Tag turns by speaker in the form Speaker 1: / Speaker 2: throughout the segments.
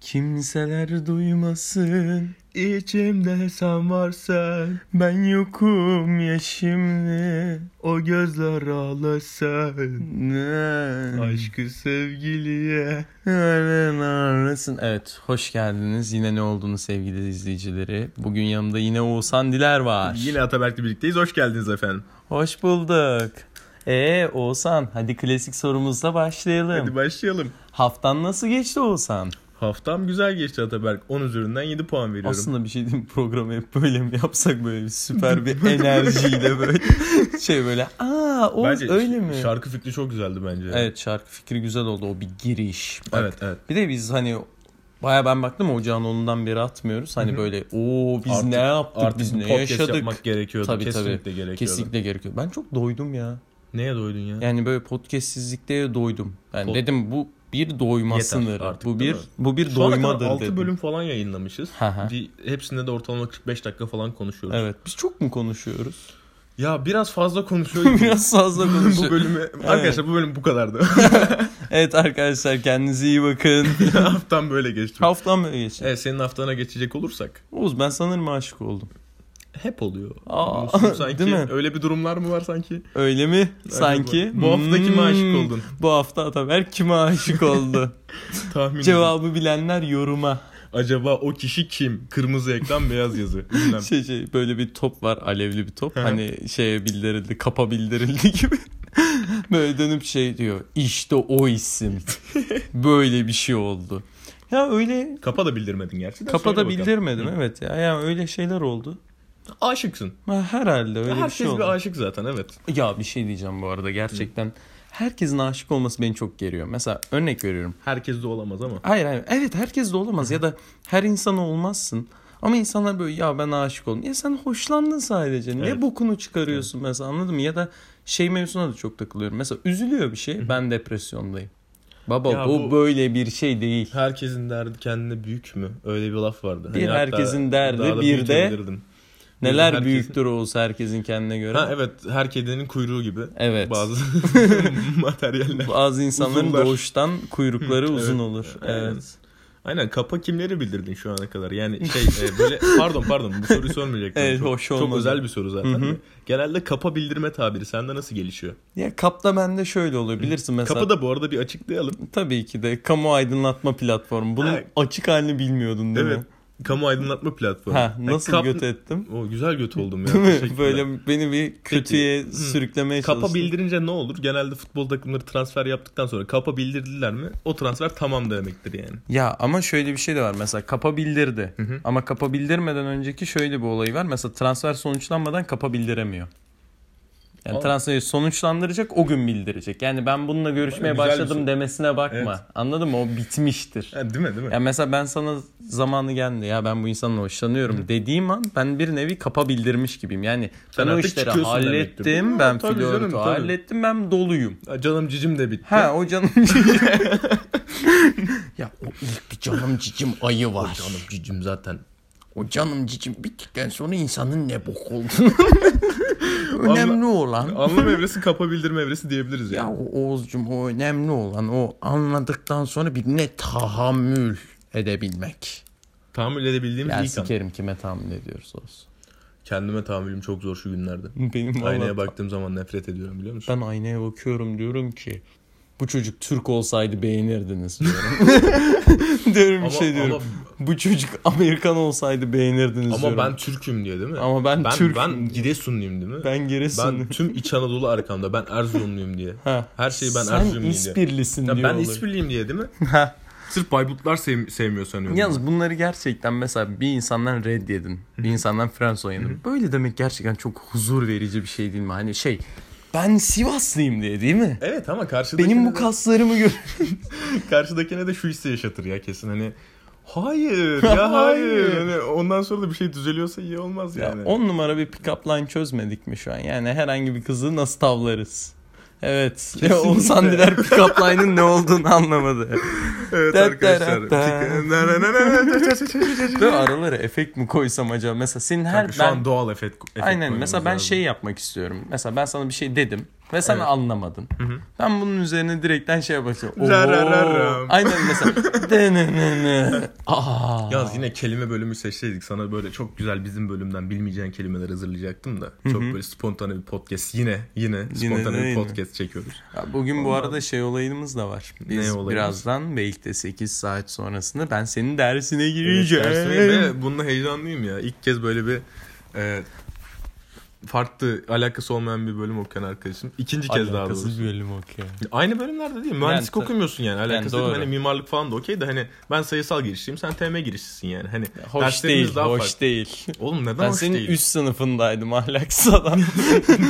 Speaker 1: Kimseler duymasın
Speaker 2: İçimde sen varsan
Speaker 1: ben yokum ya şimdi
Speaker 2: O gözler ağlasın Hmm.
Speaker 1: ne
Speaker 2: Aşkı sevgiliye
Speaker 1: Nereden ağrısın? Evet hoş geldiniz yine ne olduğunu sevgili izleyicileri Bugün yanımda yine Oğuzhan Diler var
Speaker 2: Yine Ataberk'le birlikteyiz hoş geldiniz efendim
Speaker 1: Hoş bulduk Ee Oğuzhan hadi klasik sorumuzla başlayalım
Speaker 2: Hadi başlayalım
Speaker 1: Haftan nasıl geçti Oğuzhan?
Speaker 2: Haftam güzel geçti Ataberk 10 üzerinden 7 puan veriyorum
Speaker 1: Aslında bir şey diyeyim mi? programı hep böyle mi yapsak böyle bir süper bir enerjiyle böyle şey böyle aa Oğuz
Speaker 2: Bence
Speaker 1: öyle mi?
Speaker 2: Şarkı fikri çok güzeldi bence
Speaker 1: Evet şarkı fikri güzel oldu o bir giriş. Bak,
Speaker 2: Evet evet
Speaker 1: Bir de biz hani baya ben baktım ocağın onundan beri atmıyoruz. Hani böyle o biz
Speaker 2: Artık-
Speaker 1: ne yaptık
Speaker 2: Artık
Speaker 1: biz ne
Speaker 2: podcast
Speaker 1: yaşadık.
Speaker 2: yapmak gerekiyordu
Speaker 1: Tabii,
Speaker 2: Kesinlikle
Speaker 1: tabii.
Speaker 2: gerekiyordu
Speaker 1: Kesinlikle gerekiyor. Ben çok doydum ya.
Speaker 2: Neye doydun ya?
Speaker 1: Yani böyle podcastsizlikte doydum. Ben
Speaker 2: Pod-
Speaker 1: dedim bu bir doyma
Speaker 2: Yeter
Speaker 1: sınırı.
Speaker 2: artık,
Speaker 1: bu
Speaker 2: değil
Speaker 1: bir
Speaker 2: mi?
Speaker 1: bu bir
Speaker 2: Şu ana kadar
Speaker 1: doymadır
Speaker 2: 6
Speaker 1: dedim.
Speaker 2: bölüm falan yayınlamışız.
Speaker 1: Ha ha.
Speaker 2: Bir, hepsinde de ortalama 45 dakika falan konuşuyoruz.
Speaker 1: Evet. Biz çok mu konuşuyoruz?
Speaker 2: Ya biraz fazla konuşuyoruz.
Speaker 1: Biraz fazla
Speaker 2: bu
Speaker 1: konuşuyoruz.
Speaker 2: bölümü arkadaşlar bu bölüm bu kadardı.
Speaker 1: evet arkadaşlar kendinize iyi bakın.
Speaker 2: Haftam böyle geçti.
Speaker 1: Haftam böyle geçti.
Speaker 2: Evet senin haftana geçecek olursak
Speaker 1: Oğuz ben sanırım aşık oldum.
Speaker 2: hep oluyor.
Speaker 1: Aa,
Speaker 2: Musun sanki
Speaker 1: değil mi?
Speaker 2: öyle bir durumlar mı var sanki?
Speaker 1: Öyle mi? Sanki.
Speaker 2: Bu hafta kime aşık
Speaker 1: Hmm,
Speaker 2: oldun?
Speaker 1: Bu hafta Ataber kime aşık oldu?
Speaker 2: Tahmin. edin.
Speaker 1: Cevabı bilenler yoruma.
Speaker 2: Acaba o kişi kim? Kırmızı ekran beyaz yazı. Ünlem.
Speaker 1: Şey şey böyle bir top var alevli bir top.
Speaker 2: Hı.
Speaker 1: hani şeye bildirildi kapa bildirildi gibi. böyle dönüp şey diyor işte o isim. böyle bir şey oldu. Ya öyle
Speaker 2: Kapa da bildirmedin gerçi. de söyle
Speaker 1: kapada
Speaker 2: bakalım.
Speaker 1: bildirmedim evet ya. Yani öyle şeyler oldu.
Speaker 2: Aşıksın.
Speaker 1: Ha, Herhalde öyle bir
Speaker 2: Herkes
Speaker 1: şey
Speaker 2: bir,
Speaker 1: oldu.
Speaker 2: aşık zaten evet.
Speaker 1: Ya bir şey diyeceğim bu arada gerçekten herkesin aşık olması beni çok geriyor. Mesela örnek veriyorum.
Speaker 2: Herkes de olamaz ama.
Speaker 1: Hayır hayır. Evet herkes de olamaz ya da her insana olmazsın. Ama insanlar böyle ya ben aşık oldum. Ya sen hoşlandın sadece.
Speaker 2: Evet.
Speaker 1: Ne bokunu çıkarıyorsun mesela anladın mı? Ya da şey mevzusuna da çok takılıyorum. Mesela üzülüyor bir şey. Ben depresyondayım. Baba
Speaker 2: Ya
Speaker 1: bu,
Speaker 2: bu-
Speaker 1: böyle bir şey değil.
Speaker 2: Herkesin derdi kendine büyük mü? Öyle bir laf vardı. Hani
Speaker 1: Bir
Speaker 2: hatta
Speaker 1: herkesin derdi,
Speaker 2: daha da
Speaker 1: bir de-
Speaker 2: büyütebilirdim.
Speaker 1: Neler
Speaker 2: herkesin-
Speaker 1: büyüktür olsa herkesin kendine göre.
Speaker 2: Ha evet her kedinin kuyruğu gibi.
Speaker 1: evet. Bazı,
Speaker 2: Bazı materyaller.
Speaker 1: insanların
Speaker 2: Uzunlar.
Speaker 1: doğuştan kuyrukları uzun olur.
Speaker 2: Aynen.
Speaker 1: Evet.
Speaker 2: Aynen kapa kimleri bildirdin şu ana kadar? Yani şey e, böyle pardon pardon bu soruyu sormayacaktım.
Speaker 1: Evet,
Speaker 2: çok,
Speaker 1: hoş
Speaker 2: çok
Speaker 1: olmadı.
Speaker 2: özel bir soru zaten.
Speaker 1: Hı hı.
Speaker 2: de. Genelde kapa bildirme tabiri sende nasıl gelişiyor?
Speaker 1: Ya kapta bende şöyle oluyor bilirsin mesela.
Speaker 2: Kapı da bu arada bir açıklayalım.
Speaker 1: Tabii ki de kamu aydınlatma platformu. Bunun
Speaker 2: Ha.
Speaker 1: açık halini bilmiyordun değil
Speaker 2: evet.
Speaker 1: mi?
Speaker 2: Kamu aydınlatma platformu.
Speaker 1: Ha,
Speaker 2: Yani
Speaker 1: nasıl
Speaker 2: kap-
Speaker 1: göt ettim?
Speaker 2: O güzel göt oldum ya.
Speaker 1: Değil mi?
Speaker 2: teşekkürler.
Speaker 1: Böyle beni bir kötüye sürüklemeye çalıştın.
Speaker 2: Kapa bildirince ne olur? Genelde futbol takımları transfer yaptıktan sonra kapa bildirdiler mi? O transfer tamam demektir yani.
Speaker 1: Ya ama şöyle bir şey de var. Mesela kapa bildirdi. Ama kapa bildirmeden önceki şöyle bir olayı var. Mesela transfer sonuçlanmadan kapa bildiremiyor. Yani
Speaker 2: Aa.
Speaker 1: transferi sonuçlandıracak o gün bildirecek. Yani ben bununla görüşmeye
Speaker 2: Güzel bir şey.
Speaker 1: başladım
Speaker 2: soru.
Speaker 1: demesine bakma. Anladın mı? O bitmiştir.
Speaker 2: Ha, değil mi değil mi?
Speaker 1: Ya mesela ben sana zamanı geldi ya ben bu insanla hoşlanıyorum dediğim an ben bir nevi kapa bildirmiş gibiyim. Yani
Speaker 2: Sen
Speaker 1: ben o
Speaker 2: artık
Speaker 1: işleri
Speaker 2: çıkıyorsun
Speaker 1: hallettim.
Speaker 2: demektir. Ha,
Speaker 1: Ben
Speaker 2: tabii canım,
Speaker 1: flörtü
Speaker 2: tabii.
Speaker 1: hallettim. Ben doluyum.
Speaker 2: Canım cicim de bitti.
Speaker 1: Ha o canım şey, Ya o ilk bir canım cicim ayı var.
Speaker 2: Canım cicim zaten.
Speaker 1: O canım cicim bittikten sonra insanın ne bok olduğunu önemli olan
Speaker 2: Anlam evresi kapa bildirme evresi diyebiliriz yani.
Speaker 1: ya o Oğuzcum o önemli olan o anladıktan sonra bir ne tahammül edebilmek.
Speaker 2: Tahammül edebildiğimiz
Speaker 1: Ya
Speaker 2: ilk an.
Speaker 1: sikerim kime tahammül ediyoruz olsun.
Speaker 2: Kendime tahammülüm çok zor şu günlerde.
Speaker 1: Benim
Speaker 2: Aynaya
Speaker 1: Aynaya bak.
Speaker 2: baktığım zaman nefret ediyorum biliyor musun?
Speaker 1: Ben aynaya bakıyorum diyorum ki bu çocuk Türk olsaydı beğenirdiniz diyorum. diyorum bir
Speaker 2: Ama-
Speaker 1: şey diyorum. Bu çocuk Amerikan olsaydı beğenirdiniz
Speaker 2: Ama,
Speaker 1: diyorum.
Speaker 2: ama ben Türk'üm diye değil mi?
Speaker 1: Ama ben Türk'üm
Speaker 2: Ben Giresunluyum değil mi? Ben,
Speaker 1: ben Giresunluyum.
Speaker 2: tüm İç Anadolu arkamda. Ben Erzurumluyum diye.
Speaker 1: Ha.
Speaker 2: Her şeyi ben
Speaker 1: Sen
Speaker 2: Erzurumluyum diye.
Speaker 1: İspirlisin
Speaker 2: Ya
Speaker 1: diyor.
Speaker 2: ben
Speaker 1: olabilir.
Speaker 2: İspirliyim diye değil mi?
Speaker 1: Ha.
Speaker 2: Sırf Bayburtlar sev- sevmiyor sanıyorum.
Speaker 1: Yalnız bunları gerçekten mesela bir insandan red yedin. Bir insandan Fransa yedin. Böyle demek gerçekten çok huzur verici bir şey değil mi? Hani şey ben Sivaslıyım diye değil mi?
Speaker 2: Evet ama karşıdakine,
Speaker 1: Benim bu
Speaker 2: de,
Speaker 1: kaslarımı gör.
Speaker 2: karşıdakine de şu hissi yaşatır ya kesin hani Hayır ya hayır.
Speaker 1: Hayır.
Speaker 2: Hani ondan sonra da bir şey düzeliyorsa iyi olmaz yani.
Speaker 1: Ya 10 numara bir pick up line çözmedik mi şu an? Yani herhangi bir kızı nasıl tavlarız? Evet. Ya
Speaker 2: Kesinlikle.
Speaker 1: Oğuzhan Diler pick up line'ın ne olduğunu anlamadı.
Speaker 2: Evet
Speaker 1: Da- da-
Speaker 2: arkadaşlar.
Speaker 1: da-
Speaker 2: Na- na- na- na- na-
Speaker 1: Ve aralara efekt mi koysam acaba? Mesela senin her
Speaker 2: Kanka, Şu
Speaker 1: ben
Speaker 2: an doğal efekt. efekt
Speaker 1: Aynen
Speaker 2: koymamız
Speaker 1: mesela ben
Speaker 2: lazım.
Speaker 1: şey yapmak istiyorum. Mesela ben sana bir şey dedim. Ve sen
Speaker 2: Evet.
Speaker 1: anlamadın. Ben bunun üzerine direkten şey yapacağım. Oo.
Speaker 2: Rarararam.
Speaker 1: Aynen mesela. Denenene. Aa.
Speaker 2: Yalnız yine kelime bölümü seçseydik sana böyle çok güzel bizim bölümden bilmeyeceğin kelimeler hazırlayacaktım da. Çok böyle spontane bir podcast yine yine spontane
Speaker 1: de
Speaker 2: bir
Speaker 1: yine.
Speaker 2: podcast çekiyoruz.
Speaker 1: Ya bugün bu arada şey olayımız da var. Biz
Speaker 2: olayımız?
Speaker 1: birazdan belki de 8 saat sonrasında ben senin dersine gireceğim. Ee.
Speaker 2: Ve bununla heyecanlıyım ya. İlk kez böyle bir e, farklı alakası olmayan bir bölüm okuyan arkadaşım. İkinci kez daha doğrusu.
Speaker 1: Alakasız bir bölüm okuyor.
Speaker 2: Aynı bölümlerde değil. Mühendislik
Speaker 1: Yani ta-
Speaker 2: okumuyorsun yani. Alakası
Speaker 1: Yani
Speaker 2: değil.
Speaker 1: doğru.
Speaker 2: Hani mimarlık falan da okey de hani ben sayısal girişçiyim sen TM girişçisin yani. Hani
Speaker 1: Hoş
Speaker 2: derslerimiz
Speaker 1: değil,
Speaker 2: daha
Speaker 1: hoş
Speaker 2: farklı.
Speaker 1: değil.
Speaker 2: Oğlum neden
Speaker 1: Ben
Speaker 2: hoş
Speaker 1: senin
Speaker 2: değil?
Speaker 1: üst sınıfındaydım ahlaksız adam.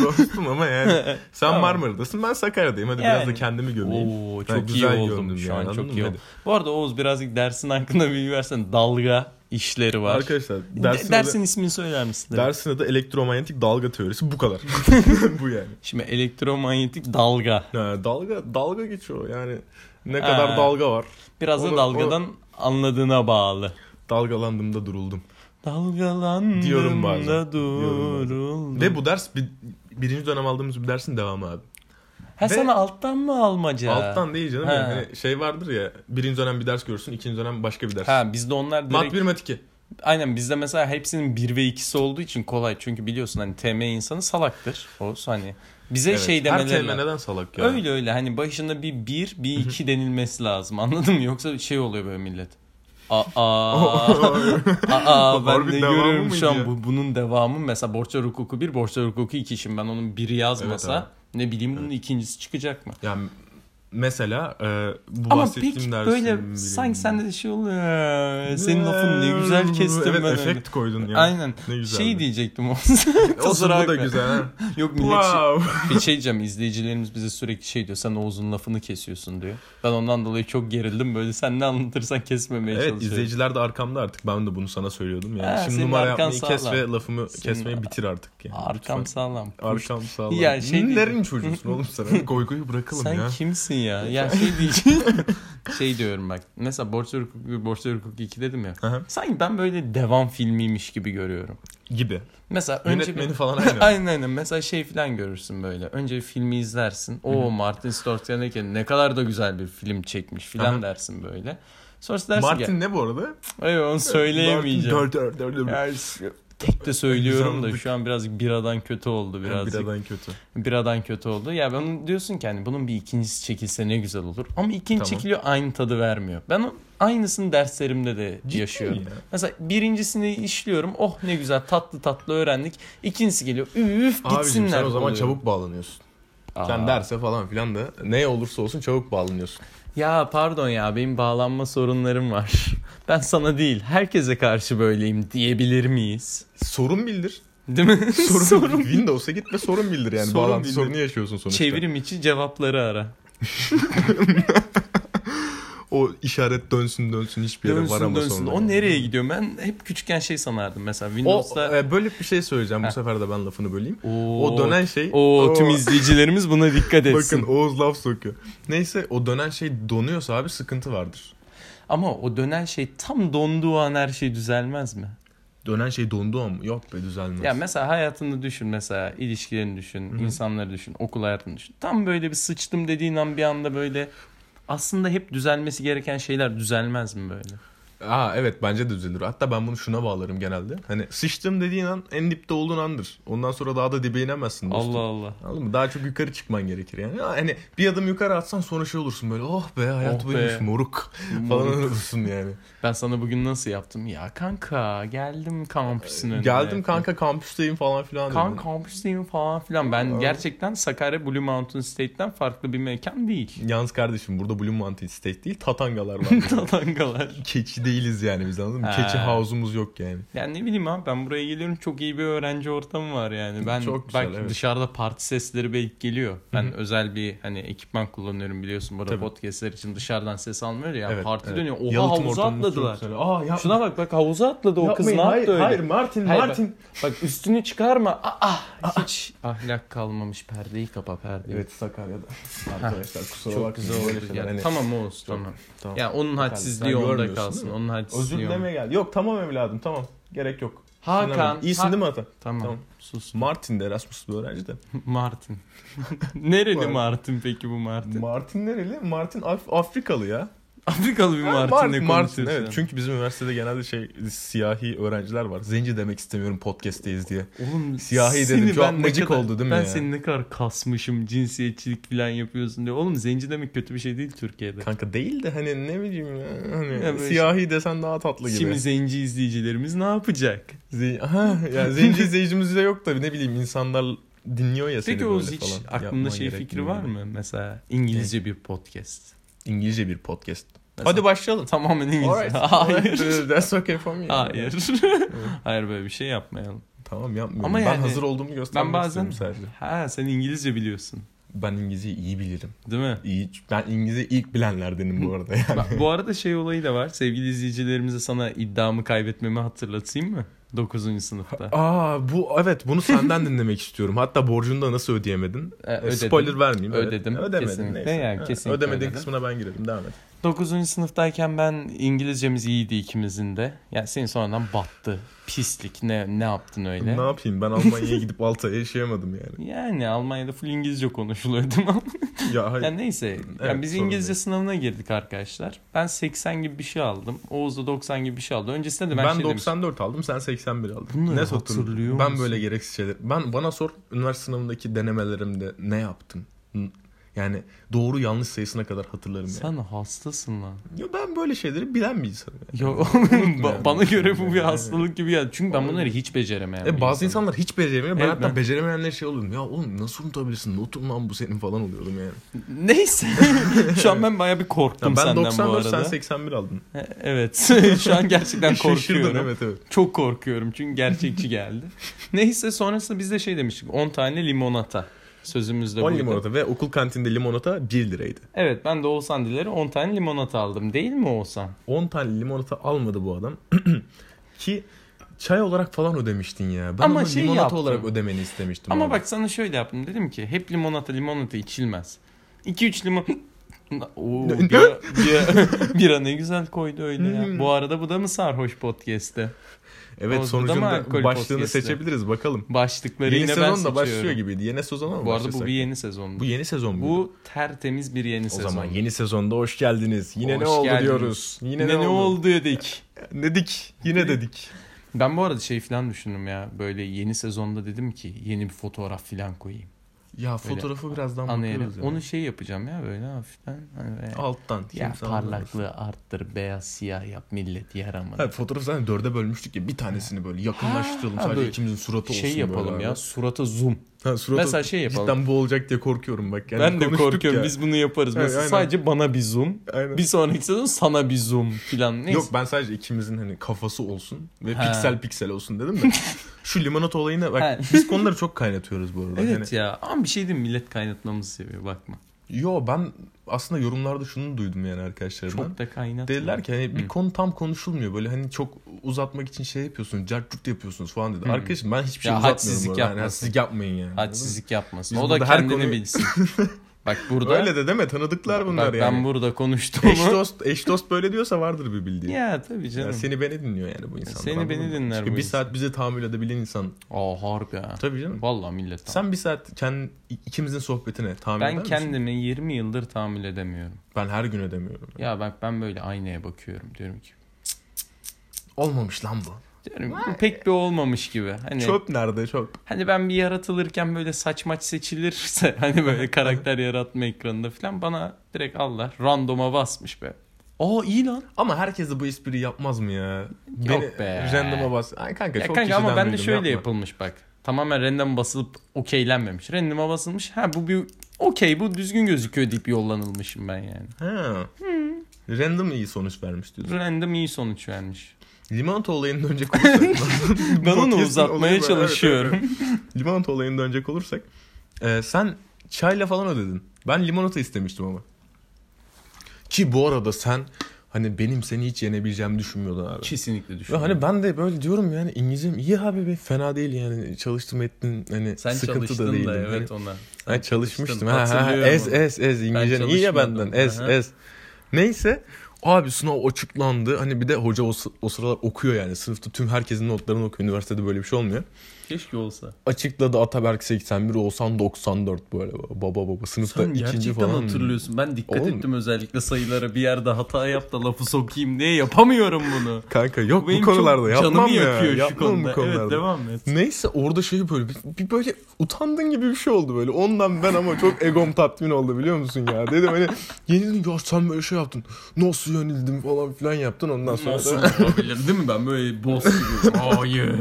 Speaker 2: Dostum ama yani. Sen
Speaker 1: Tamam.
Speaker 2: Marmara'dasın ben Sakarya'dayım. Hadi biraz da
Speaker 1: Yani.
Speaker 2: kendimi gömeyim.
Speaker 1: Oo,
Speaker 2: Ben
Speaker 1: çok iyi
Speaker 2: güzel
Speaker 1: oldum
Speaker 2: gömdüm
Speaker 1: şu
Speaker 2: yani,
Speaker 1: an
Speaker 2: anladın
Speaker 1: çok iyi
Speaker 2: mı?
Speaker 1: oldum. Bu arada Oğuz birazcık dersin hakkında bilgi versen dalga işleri var.
Speaker 2: Arkadaşlar
Speaker 1: De-
Speaker 2: dersin,
Speaker 1: dersin ismini söyler misin?
Speaker 2: adı,
Speaker 1: direkt?
Speaker 2: dersin adı elektromanyetik dalga teorisi bu kadar. bu yani.
Speaker 1: Şimdi elektromanyetik dalga.
Speaker 2: Ha, dalga dalga geçiyor yani. Ne kadar
Speaker 1: Ha.
Speaker 2: dalga var.
Speaker 1: Biraz da
Speaker 2: Onu-
Speaker 1: dalgadan anladığına bağlı.
Speaker 2: Dalgalandığımda duruldum.
Speaker 1: Dalgalandım
Speaker 2: Diyorum bazen,
Speaker 1: da
Speaker 2: diyorum bazen.
Speaker 1: duruldum.
Speaker 2: Ve bu ders bir, birinci dönem aldığımız bir dersin devamı abi.
Speaker 1: ha
Speaker 2: ve-
Speaker 1: sana alttan mı almaca?
Speaker 2: Alttan değil canım.
Speaker 1: Ha.
Speaker 2: Yani hani şey vardır ya. Birinci dönem bir ders görürsün. ikinci dönem başka bir ders.
Speaker 1: Ha bizde onlar direkt
Speaker 2: Mat 1 mat 2.
Speaker 1: aynen bizde mesela hepsinin 1 ve 2'si olduğu için kolay. Çünkü biliyorsun hani TM insanı salaktır. O hani bize
Speaker 2: Evet.
Speaker 1: şey
Speaker 2: Her
Speaker 1: demeleri
Speaker 2: TM neden salak ya?
Speaker 1: Öyle öyle hani başında bir bir bir iki denilmesi lazım anladın mı? Yoksa şey oluyor böyle millet. Aa, aa ben
Speaker 2: Harbi
Speaker 1: de
Speaker 2: devamı
Speaker 1: görüyorum şu an
Speaker 2: mıydı
Speaker 1: bu, bunun devamı mesela borçlar hukuku bir borçlar hukuku iki şimdi ben onun biri yazmasa
Speaker 2: Evet
Speaker 1: ne bileyim bunun ikincisi çıkacak mı?
Speaker 2: yani mesela e, bu
Speaker 1: Ama
Speaker 2: bahsettiğim
Speaker 1: pek
Speaker 2: dersin
Speaker 1: böyle
Speaker 2: birinci-
Speaker 1: sanki sende de şey oluyor "Ee, senin lafın ne güzel kestim
Speaker 2: Hmm, evet,
Speaker 1: ben öyle."
Speaker 2: efekt koydun ya.
Speaker 1: Aynen.
Speaker 2: Ne güzel.
Speaker 1: şey diyecektim o.
Speaker 2: Olsun
Speaker 1: Kusura
Speaker 2: bu da
Speaker 1: bakma.
Speaker 2: güzel. ha.
Speaker 1: Yok millet şey-
Speaker 2: wow.
Speaker 1: Bir şey diyeceğim izleyicilerimiz bize sürekli şey diyor sen Oğuz'un lafını kesiyorsun diyor. Ben ondan dolayı çok gerildim böyle sen ne anlatırsan kesmemeye
Speaker 2: Evet
Speaker 1: çalışıyorum.
Speaker 2: izleyiciler de arkamda artık. Ben de bunu sana söylüyordum yani.
Speaker 1: Ha,
Speaker 2: Şimdi
Speaker 1: senin
Speaker 2: numara
Speaker 1: arkan
Speaker 2: yapmayı kes
Speaker 1: sağlam.
Speaker 2: ve lafımı
Speaker 1: Senin-
Speaker 2: kesmeyi bitir artık. Yani.
Speaker 1: Arkam
Speaker 2: Lütfen.
Speaker 1: sağlam.
Speaker 2: Arkam sağlam.
Speaker 1: Ya şey
Speaker 2: Nerenin
Speaker 1: diyeceğim.
Speaker 2: çocuğusun oğlum sen? Goygoyu bırakalım
Speaker 1: sen
Speaker 2: ya.
Speaker 1: kimsin ya? Ya şey diyeceğim. şey diyorum bak. Mesela Borçlar Hukuku 1, Borçlar Hukuku 2 dedim ya.
Speaker 2: Aha.
Speaker 1: Sanki ben böyle devam filmiymiş gibi görüyorum.
Speaker 2: Gibi.
Speaker 1: Mesela önce
Speaker 2: Yönetmeni falan aynı.
Speaker 1: Aynen aynen. Mesela şey falan görürsün böyle. Önce bir filmi izlersin. O Martin Scorsese ne kadar da güzel bir film çekmiş
Speaker 2: Aha.
Speaker 1: filan dersin böyle. Sonrası dersin ki
Speaker 2: Martin ne bu arada?
Speaker 1: Hayır onu söyleyemeyeceğim.
Speaker 2: Martin dör, dör, dör, dör.
Speaker 1: Yani şu- tek de söylüyorum da
Speaker 2: Güzel.
Speaker 1: şu an birazcık biradan kötü oldu birazcık. Biradan,
Speaker 2: Biradan kötü.
Speaker 1: kötü oldu. Ya ben onu diyorsun ki hani bunun bir ikincisi çekilse ne güzel olur. Ama ikinci
Speaker 2: Tamam.
Speaker 1: çekiliyor aynı tadı vermiyor. Ben o- aynısını derslerimde de
Speaker 2: Ciddi
Speaker 1: yaşıyorum.
Speaker 2: mi ya?
Speaker 1: Mesela birincisini işliyorum. Oh ne güzel tatlı tatlı öğrendik. İkincisi geliyor. Üf
Speaker 2: Abicim
Speaker 1: gitsinler.
Speaker 2: sen o zaman
Speaker 1: oluyor.
Speaker 2: çabuk bağlanıyorsun.
Speaker 1: Aa.
Speaker 2: Sen derse falan filan da ne olursa olsun çabuk bağlanıyorsun.
Speaker 1: Ya pardon ya benim bağlanma sorunlarım var. Ben sana değil herkese karşı böyleyim diyebilir miyiz?
Speaker 2: Sorun bildir.
Speaker 1: Değil mi?
Speaker 2: Sorun, Windows'a git ve sorun bildir yani.
Speaker 1: Sorun
Speaker 2: Bağlantı
Speaker 1: bildir.
Speaker 2: sorunu yaşıyorsun sonuçta.
Speaker 1: Çevirim içi cevapları ara.
Speaker 2: O işaret dönsün dönsün hiçbir yere
Speaker 1: Dönsün
Speaker 2: varamaz
Speaker 1: dönsün.
Speaker 2: sonra.
Speaker 1: O nereye gidiyor? Ben hep küçükken şey sanardım mesela
Speaker 2: O
Speaker 1: Windows'ta.
Speaker 2: e, böyle bir şey söyleyeceğim. Bu
Speaker 1: Heh.
Speaker 2: sefer de ben lafını böleyim.
Speaker 1: Oo,
Speaker 2: O dönen şey.
Speaker 1: Oo, tüm
Speaker 2: Oo.
Speaker 1: izleyicilerimiz buna dikkat etsin.
Speaker 2: Bakın Oğuz laf sokuyor. Neyse o dönen şey donuyorsa abi sıkıntı vardır.
Speaker 1: Ama o dönen şey tam donduğu an her şey düzelmez mi?
Speaker 2: Dönen şey dondu ama yok be düzelmez.
Speaker 1: Ya mesela hayatını düşün mesela ilişkilerini düşün, insanları düşün, okul hayatını düşün. Tam böyle bir sıçtım dediğin an bir anda böyle aslında hep düzelmesi gereken şeyler düzelmez mi böyle?
Speaker 2: Aa evet bence de düzelir. Hatta ben bunu şuna bağlarım genelde. Hani sıçtım dediğin an en dipte olduğun andır. Ondan sonra daha da dibe inemezsin dostum.
Speaker 1: Allah Allah.
Speaker 2: Anladın mı? Daha çok yukarı çıkman gerekir yani. Ya Hani bir adım yukarı atsan sonra şey olursun böyle oh be hayat
Speaker 1: Oh be.
Speaker 2: buymuş moruk
Speaker 1: Hmm.
Speaker 2: falan olursun yani.
Speaker 1: Ben sana bugün nasıl yaptım? Ya kanka geldim kampüsün önüne.
Speaker 2: Geldim kanka kampüsteyim falan filan. dedim.
Speaker 1: Kan kampüsteyim falan filan. Ben gerçekten Sakarya Blue Mountain State'den farklı bir mekan değil.
Speaker 2: Yalnız kardeşim burada Blue Mountain State değil tatangalar var.
Speaker 1: Tatangalar.
Speaker 2: Keçi değiliz yani biz anladın mı? Keçi
Speaker 1: Ha.
Speaker 2: havuzumuz yok yani.
Speaker 1: Yani ne bileyim abi ben buraya geliyorum çok iyi bir öğrenci ortamı var yani. Ben
Speaker 2: Çok güzel,
Speaker 1: bak
Speaker 2: evet.
Speaker 1: dışarıda parti sesleri belki geliyor. Ben özel bir hani ekipman kullanıyorum biliyorsun burada
Speaker 2: Tabii.
Speaker 1: podcastler için dışarıdan ses almıyor ya.
Speaker 2: Evet,
Speaker 1: parti
Speaker 2: evet.
Speaker 1: dönüyor. Oha
Speaker 2: Yalıtım
Speaker 1: havuza
Speaker 2: ortamımız çok
Speaker 1: atladılar.
Speaker 2: güzel. Aa yapma.
Speaker 1: Şuna bak bak havuza atladı o kız ne
Speaker 2: Yapmayın,
Speaker 1: yaptı
Speaker 2: hayır,
Speaker 1: öyle.
Speaker 2: Hayır Martin
Speaker 1: Hayır,
Speaker 2: Martin.
Speaker 1: Bak üstünü çıkarma. Aa, ah, hiç ahlak kalmamış perdeyi kapa perdeyi.
Speaker 2: Evet Sakarya'da. Arkadaşlar kusura bakmayın.
Speaker 1: Çok güzel
Speaker 2: böyle
Speaker 1: olur.
Speaker 2: şeyler
Speaker 1: yani.
Speaker 2: hani-
Speaker 1: Tamam Oğuz tamam.
Speaker 2: Tamam.
Speaker 1: Ya onun
Speaker 2: Sen
Speaker 1: hadsizliği onda
Speaker 2: görmüyorsun,
Speaker 1: kalsın.
Speaker 2: değil mi?
Speaker 1: Onun
Speaker 2: Özür
Speaker 1: hadsizliği onda.
Speaker 2: dilemeye geldi. Yok tamam evladım tamam. Gerek yok.
Speaker 1: Hakan.
Speaker 2: İyisin
Speaker 1: Ha-
Speaker 2: değil mi Hakan?
Speaker 1: Tamam.
Speaker 2: Tamam.
Speaker 1: Sus.
Speaker 2: Martin de Erasmus'lu bir öğrenci de.
Speaker 1: Martin. Nereli
Speaker 2: Martin.
Speaker 1: Martin peki bu Martin?
Speaker 2: Martin nereli? Martin Af- Afrikalı ya.
Speaker 1: Afrikalı bir
Speaker 2: Ha,
Speaker 1: Martin'le
Speaker 2: Mar-
Speaker 1: konuşuyorsun.
Speaker 2: evet. Çünkü bizim üniversitede genelde şey siyahi öğrenciler var. Zenci demek istemiyorum podcast'teyiz diye.
Speaker 1: Oğlum
Speaker 2: Siyahi
Speaker 1: seni
Speaker 2: dedim, şu
Speaker 1: ben ne
Speaker 2: an gıcık
Speaker 1: kadar-
Speaker 2: oldu değil mi
Speaker 1: Ben
Speaker 2: ya?
Speaker 1: seni ne kadar kasmışım cinsiyetçilik falan yapıyorsun diye. Oğlum zenci demek kötü bir şey değil Türkiye'de.
Speaker 2: Kanka değil de hani ne bileyim ya. Hani
Speaker 1: Ya böyle
Speaker 2: siyahi desen daha tatlı gibi.
Speaker 1: Şimdi zenci izleyicilerimiz ne yapacak?
Speaker 2: Zen- ha, ya zenci izleyicimiz de yok da ne bileyim insanlar dinliyor ya seni
Speaker 1: Peki
Speaker 2: böyle
Speaker 1: Oğuz hiç
Speaker 2: falan.
Speaker 1: aklında
Speaker 2: Yapman
Speaker 1: şey
Speaker 2: gerekmiyor
Speaker 1: fikri var
Speaker 2: gibi.
Speaker 1: mı? Mesela İngilizce bir podcast.
Speaker 2: İngilizce bir podcast.
Speaker 1: Mesela-
Speaker 2: Hadi başlayalım.
Speaker 1: Tamamen İngilizce.
Speaker 2: Alright.
Speaker 1: Hayır.
Speaker 2: That's okay for me.
Speaker 1: Hayır. Hayır böyle bir şey yapmayalım.
Speaker 2: Tamam yapmıyorum.
Speaker 1: Ama
Speaker 2: ben
Speaker 1: yani-
Speaker 2: hazır olduğumu göstermek
Speaker 1: Ben bazen-
Speaker 2: istiyorum sadece.
Speaker 1: Ha sen İngilizce biliyorsun.
Speaker 2: Ben İngilizceyi iyi bilirim.
Speaker 1: Değil mi?
Speaker 2: İyi. Ben İngilizce ilk bilenlerdenim bu arada yani.
Speaker 1: Bak, bu arada şey olayı da var. Sevgili izleyicilerimize sana iddiamı kaybetmemi hatırlatayım mı? 9. sınıfta.
Speaker 2: Aa bu evet bunu senden dinlemek istiyorum. Hatta borcunu da nasıl ödeyemedin?
Speaker 1: Ee,
Speaker 2: Ee,
Speaker 1: ödedim.
Speaker 2: Spoiler vermeyeyim. evet.
Speaker 1: Ödedim,
Speaker 2: Ödemedin
Speaker 1: kesinlikle.
Speaker 2: neyse.
Speaker 1: Yani
Speaker 2: Ha,
Speaker 1: kesinlikle
Speaker 2: ödemediğin
Speaker 1: ödedim.
Speaker 2: kısmına ben girelim. Devam et.
Speaker 1: 9. sınıftayken ben İngilizcemiz iyiydi ikimizin de. Yani senin sonradan battı. Pislik ne ne yaptın öyle?
Speaker 2: Ne yapayım ben Almanya'ya gidip Altay'a yaşayamadım yani.
Speaker 1: yani Almanya'da full İngilizce konuşuluyor değil mi?
Speaker 2: Ya hayır.
Speaker 1: Yani neyse. yani
Speaker 2: Evet,
Speaker 1: biz
Speaker 2: sorun
Speaker 1: İngilizce
Speaker 2: değil.
Speaker 1: sınavına girdik arkadaşlar. Ben 80 gibi bir şey aldım. Oğuz da 90 gibi bir şey aldı. Öncesinde de ben,
Speaker 2: ben
Speaker 1: şey
Speaker 2: 94
Speaker 1: demiştim.
Speaker 2: aldım sen 81 aldın.
Speaker 1: Bunları
Speaker 2: ne sotun?
Speaker 1: hatırlıyor
Speaker 2: Ben
Speaker 1: musun?
Speaker 2: böyle gereksiz şeyler. Ben bana sor üniversite sınavındaki denemelerimde ne yaptım? N- Yani doğru yanlış sayısına kadar hatırlarım yani.
Speaker 1: Sen hastasın lan.
Speaker 2: Ya ben böyle şeyleri bilen bir insanım. yani.
Speaker 1: Ya oğlum, ba-
Speaker 2: yani.
Speaker 1: bana göre bu bir
Speaker 2: Yani.
Speaker 1: hastalık gibi ya. Çünkü ben bunları hiç beceremeyen
Speaker 2: E,
Speaker 1: bir
Speaker 2: bazı
Speaker 1: insanım.
Speaker 2: insanlar hiç beceremiyor. Ben
Speaker 1: Evet,
Speaker 2: hatta
Speaker 1: ben-
Speaker 2: beceremeyenler şey oluyordum. Ya oğlum nasıl unutabilirsin? Notum lan bu senin falan oluyordum yani.
Speaker 1: Neyse. Şu an ben baya bir
Speaker 2: Ya
Speaker 1: korktum
Speaker 2: ben
Speaker 1: senden
Speaker 2: 94
Speaker 1: bu arada.
Speaker 2: sen 81 aldın.
Speaker 1: E, Evet. Şu an gerçekten
Speaker 2: Şaşırdın
Speaker 1: korkuyorum.
Speaker 2: evet evet.
Speaker 1: Çok korkuyorum çünkü gerçekçi geldi. Neyse sonrasında biz de şey demiştik. 10 tane limonata. Sözümüzde
Speaker 2: 10
Speaker 1: buydu.
Speaker 2: limonata ve okul kantinde limonata 1 liraydı.
Speaker 1: Evet ben de Oğuzhan Diler'e 10 tane limonata aldım. Değil mi Oğuzhan?
Speaker 2: 10 tane limonata almadı bu adam. Ki çay olarak falan ödemiştin ya. Ben
Speaker 1: Ama
Speaker 2: Ama
Speaker 1: şey
Speaker 2: limonata
Speaker 1: yaptım.
Speaker 2: olarak ödemeni istemiştim.
Speaker 1: Ama
Speaker 2: abi.
Speaker 1: bak sana şöyle yaptım. Dedim ki hep limonata limonata içilmez. 2-3 limon... Oo,
Speaker 2: Ne-
Speaker 1: bira, bira, bira ne güzel koydu öyle ya.
Speaker 2: Hmm.
Speaker 1: Bu arada bu da mı sarhoş podcast'te? Oğuz, bu da
Speaker 2: evet
Speaker 1: mı
Speaker 2: sonucunda
Speaker 1: alkol
Speaker 2: başlığını
Speaker 1: podcast'ı?
Speaker 2: seçebiliriz bakalım.
Speaker 1: Başlıkları
Speaker 2: Yeni
Speaker 1: yine ben
Speaker 2: sezon
Speaker 1: seçiyorum.
Speaker 2: da başlıyor gibiydi. Yeni sezona mı
Speaker 1: Bu arada
Speaker 2: başlasak?
Speaker 1: bu bir yeni sezon.
Speaker 2: Bu
Speaker 1: Bu,
Speaker 2: yeni sezon muydu?
Speaker 1: tertemiz bir yeni
Speaker 2: o
Speaker 1: sezon.
Speaker 2: zaman yeni sezonda hoş geldiniz. Yine
Speaker 1: Hoş
Speaker 2: ne oldu
Speaker 1: geldiniz.
Speaker 2: diyoruz. Yine,
Speaker 1: Yine ne oldu dedik.
Speaker 2: Dedik. Yine dedik.
Speaker 1: Ben bu arada şey falan düşündüm ya. Böyle yeni sezonda dedim ki yeni bir fotoğraf falan koyayım.
Speaker 2: Ya fotoğrafı birazdan
Speaker 1: Ana yere.
Speaker 2: bakıyoruz.
Speaker 1: Onu şey yapacağım ya böyle hafiften. Hani böyle-
Speaker 2: alttan.
Speaker 1: Ya
Speaker 2: kimse anlamaz.
Speaker 1: parlaklığı arttır, beyaz siyah yap, millet yaramaz.
Speaker 2: Ha, fotoğrafı zaten dörde bölmüştük ya bir tanesini böyle yakınlaştıralım
Speaker 1: Ha,
Speaker 2: sadece
Speaker 1: böyle
Speaker 2: ikimizin suratı olsun
Speaker 1: şey yapalım
Speaker 2: böyle
Speaker 1: ya,
Speaker 2: abi.
Speaker 1: surata zoom.
Speaker 2: Ha, suratı
Speaker 1: Mesela şey yapalım.
Speaker 2: Cidden bu olacak diye korkuyorum bak. Yani
Speaker 1: ben de
Speaker 2: konuştuk
Speaker 1: korkuyorum
Speaker 2: ya.
Speaker 1: biz bunu yaparız.
Speaker 2: Evet,
Speaker 1: Mesela
Speaker 2: aynen.
Speaker 1: sadece bana bir zoom.
Speaker 2: Aynen.
Speaker 1: Bir sonraki sezon sana bir zoom filan. Neyse.
Speaker 2: Yok ben sadece ikimizin hani kafası olsun ve
Speaker 1: Ha.
Speaker 2: piksel piksel olsun dedim de. Şu limonata olayına
Speaker 1: Ha.
Speaker 2: bak biz konuları çok kaynatıyoruz bu arada. Hani,
Speaker 1: Evet ya ama bir şey diyeyim mi? millet kaynatmamızı seviyor bakma.
Speaker 2: Yani, yo ben aslında yorumlarda şunu duydum yani arkadaşlarımdan.
Speaker 1: Çok da kaynatma.
Speaker 2: Dediler ki hani bir
Speaker 1: Hı.
Speaker 2: konu tam konuşulmuyor. Böyle hani çok uzatmak için şey yapıyorsun. Cartçurt yapıyorsunuz falan dedi.
Speaker 1: Hı.
Speaker 2: Arkadaşım ben hiçbir şey
Speaker 1: Ya
Speaker 2: uzatmıyorum.
Speaker 1: hadsizlik
Speaker 2: bu arada. Yani
Speaker 1: yapmasın.
Speaker 2: hadsizlik yapmayın yani.
Speaker 1: Hadsizlik yapmasın.
Speaker 2: Biz
Speaker 1: o da
Speaker 2: burada her
Speaker 1: kendini
Speaker 2: konuyu-
Speaker 1: bilsin. Bak burada
Speaker 2: Öyle de deme tanıdıklar bunlar
Speaker 1: bak, ben
Speaker 2: yani.
Speaker 1: burada konuştuğumu.
Speaker 2: Eş dost eş dost böyle diyorsa vardır bir bildiği.
Speaker 1: Ya tabii
Speaker 2: Yani
Speaker 1: canım.
Speaker 2: seni beni dinliyor yani bu insanlar.
Speaker 1: Seni
Speaker 2: anladın
Speaker 1: beni
Speaker 2: mı?
Speaker 1: dinler
Speaker 2: Çünkü
Speaker 1: bu
Speaker 2: bir
Speaker 1: insan.
Speaker 2: saat bize tahammül edebilen insan.
Speaker 1: Aa harbi ha.
Speaker 2: Tabii canım.
Speaker 1: Vallahi millet.
Speaker 2: Sen bir saat kendi ikimizin sohbetine tahammül eder
Speaker 1: ben
Speaker 2: misin?
Speaker 1: kendimi 20 yıldır tahammül edemiyorum.
Speaker 2: Ben her gün edemiyorum.
Speaker 1: Ya bak ben böyle aynaya bakıyorum diyorum ki.
Speaker 2: Olmamış lan bu.
Speaker 1: Diyorum bu pek bir olmamış gibi. Hani
Speaker 2: Çöp nerede çöp?
Speaker 1: hani ben bir yaratılırken böyle saç maç seçilirse hani böyle karakter yaratma ekranında falan bana direkt Allah randoma basmış be. Aa iyi lan.
Speaker 2: Ama herkes de bu espriyi yapmaz mı ya? Yok
Speaker 1: be.
Speaker 2: Random'a bas. Ay kanka
Speaker 1: Ya
Speaker 2: E, çok
Speaker 1: kanka ama
Speaker 2: kişiden
Speaker 1: ben de
Speaker 2: duydum,
Speaker 1: şöyle
Speaker 2: yapma.
Speaker 1: yapılmış bak. Tamamen random basılıp okeylenmemiş. Random'a basılmış. Ha bu bir okey bu düzgün gözüküyor deyip yollanılmışım ben yani.
Speaker 2: Ha.
Speaker 1: Hmm.
Speaker 2: Random iyi sonuç vermiş diyorsun.
Speaker 1: Random iyi sonuç vermiş.
Speaker 2: Limonata olayından önce konuşalım.
Speaker 1: Ben onu
Speaker 2: Podcast'ın olayı
Speaker 1: uzatmaya
Speaker 2: var, evet,
Speaker 1: çalışıyorum.
Speaker 2: limonata olayını dönecek olursak. e, sen çayla falan ödedin. Ben limonata istemiştim ama. Ki bu arada sen hani benim seni hiç yenebileceğimi düşünmüyordun abi.
Speaker 1: Kesinlikle
Speaker 2: Ve
Speaker 1: düşünüyorum.
Speaker 2: hani ben de böyle diyorum yani İngilizcem iyi abi be fena değil yani çalıştım ettin hani
Speaker 1: Sen
Speaker 2: sıkıntı da
Speaker 1: çalıştın
Speaker 2: değildim.
Speaker 1: da
Speaker 2: Hani-
Speaker 1: evet ona.
Speaker 2: Ha, çalışmıştım.
Speaker 1: çalıştın,
Speaker 2: Ha, ha, ha,
Speaker 1: hatırlıyorum
Speaker 2: ez
Speaker 1: onu.
Speaker 2: ez ez İngilizcen iyi ya
Speaker 1: çalışmıyordum.
Speaker 2: benden ez
Speaker 1: Aha.
Speaker 2: ez. Neyse Abi sınav açıklandı. Hani bir de hoca o, sı- o sıralar okuyor yani. Sınıfta tüm herkesin notlarını okuyor. Üniversitede böyle bir şey olmuyor.
Speaker 1: Keşke olsa.
Speaker 2: Açıkladı Ataberk 81, Oğuzhan 94 böyle. Baba baba sınıfta
Speaker 1: Sen
Speaker 2: ikinci
Speaker 1: gerçekten
Speaker 2: falan.
Speaker 1: hatırlıyorsun. Ben dikkat
Speaker 2: Oğlum.
Speaker 1: ettim özellikle sayılara. Bir yerde hata yap da lafı sokayım diye yapamıyorum bunu.
Speaker 2: Kanka yok
Speaker 1: benim
Speaker 2: bu konularda
Speaker 1: çok
Speaker 2: yapmam
Speaker 1: canımı
Speaker 2: ya.
Speaker 1: yakıyor şu
Speaker 2: Yapmam
Speaker 1: konuda.
Speaker 2: bu konularda.
Speaker 1: Evet devam et.
Speaker 2: Neyse orada şey böyle bir, bir böyle utandın gibi bir şey oldu böyle. Ondan ben ama çok egom tatmin oldu biliyor musun ya. Dedim hani yenildim ya sen böyle şey yaptın. Nasıl yenildim falan filan yaptın ondan sonra.
Speaker 1: Nasıl
Speaker 2: da-
Speaker 1: olabilir değil mi? Ben böyle boss gibi. Hayır.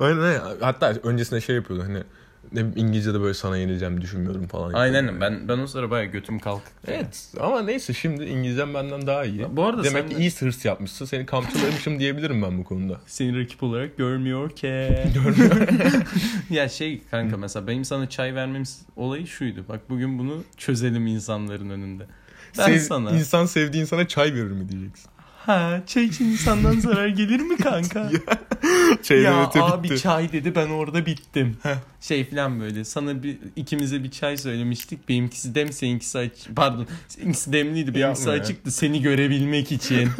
Speaker 2: Aynen aynen. Hatta öncesinde şey yapıyordu hani ne bileyim, İngilizce'de böyle sana yenileceğimi düşünmüyorum falan.
Speaker 1: Aynen ben ben o sıra baya götüm kalkık.
Speaker 2: Evet ama neyse şimdi İngilizcem benden daha iyi.
Speaker 1: Bu arada
Speaker 2: Demek
Speaker 1: sen-
Speaker 2: ki iyi hırs yapmışsın. Seni kamçılamışım diyebilirim ben bu konuda.
Speaker 1: Seni rakip olarak görmüyor ki.
Speaker 2: Görmüyor.
Speaker 1: ya şey kanka mesela benim sana çay vermem olayı şuydu. Bak bugün bunu çözelim insanların önünde. Ben
Speaker 2: Sev-
Speaker 1: sana
Speaker 2: İnsan sevdiği insana çay verir mi diyeceksin.
Speaker 1: ha çay için insandan zarar gelir mi kanka?
Speaker 2: Çay
Speaker 1: ya
Speaker 2: öğreti
Speaker 1: abi
Speaker 2: bitti.
Speaker 1: çay dedi ben orada bittim. şey falan böyle. Sana bir ikimize bir çay söylemiştik. Benimkisi dem seninkisi aç pardon. Seninkisi demliydi benimkisi
Speaker 2: Yapma ya.
Speaker 1: açıktı seni görebilmek için.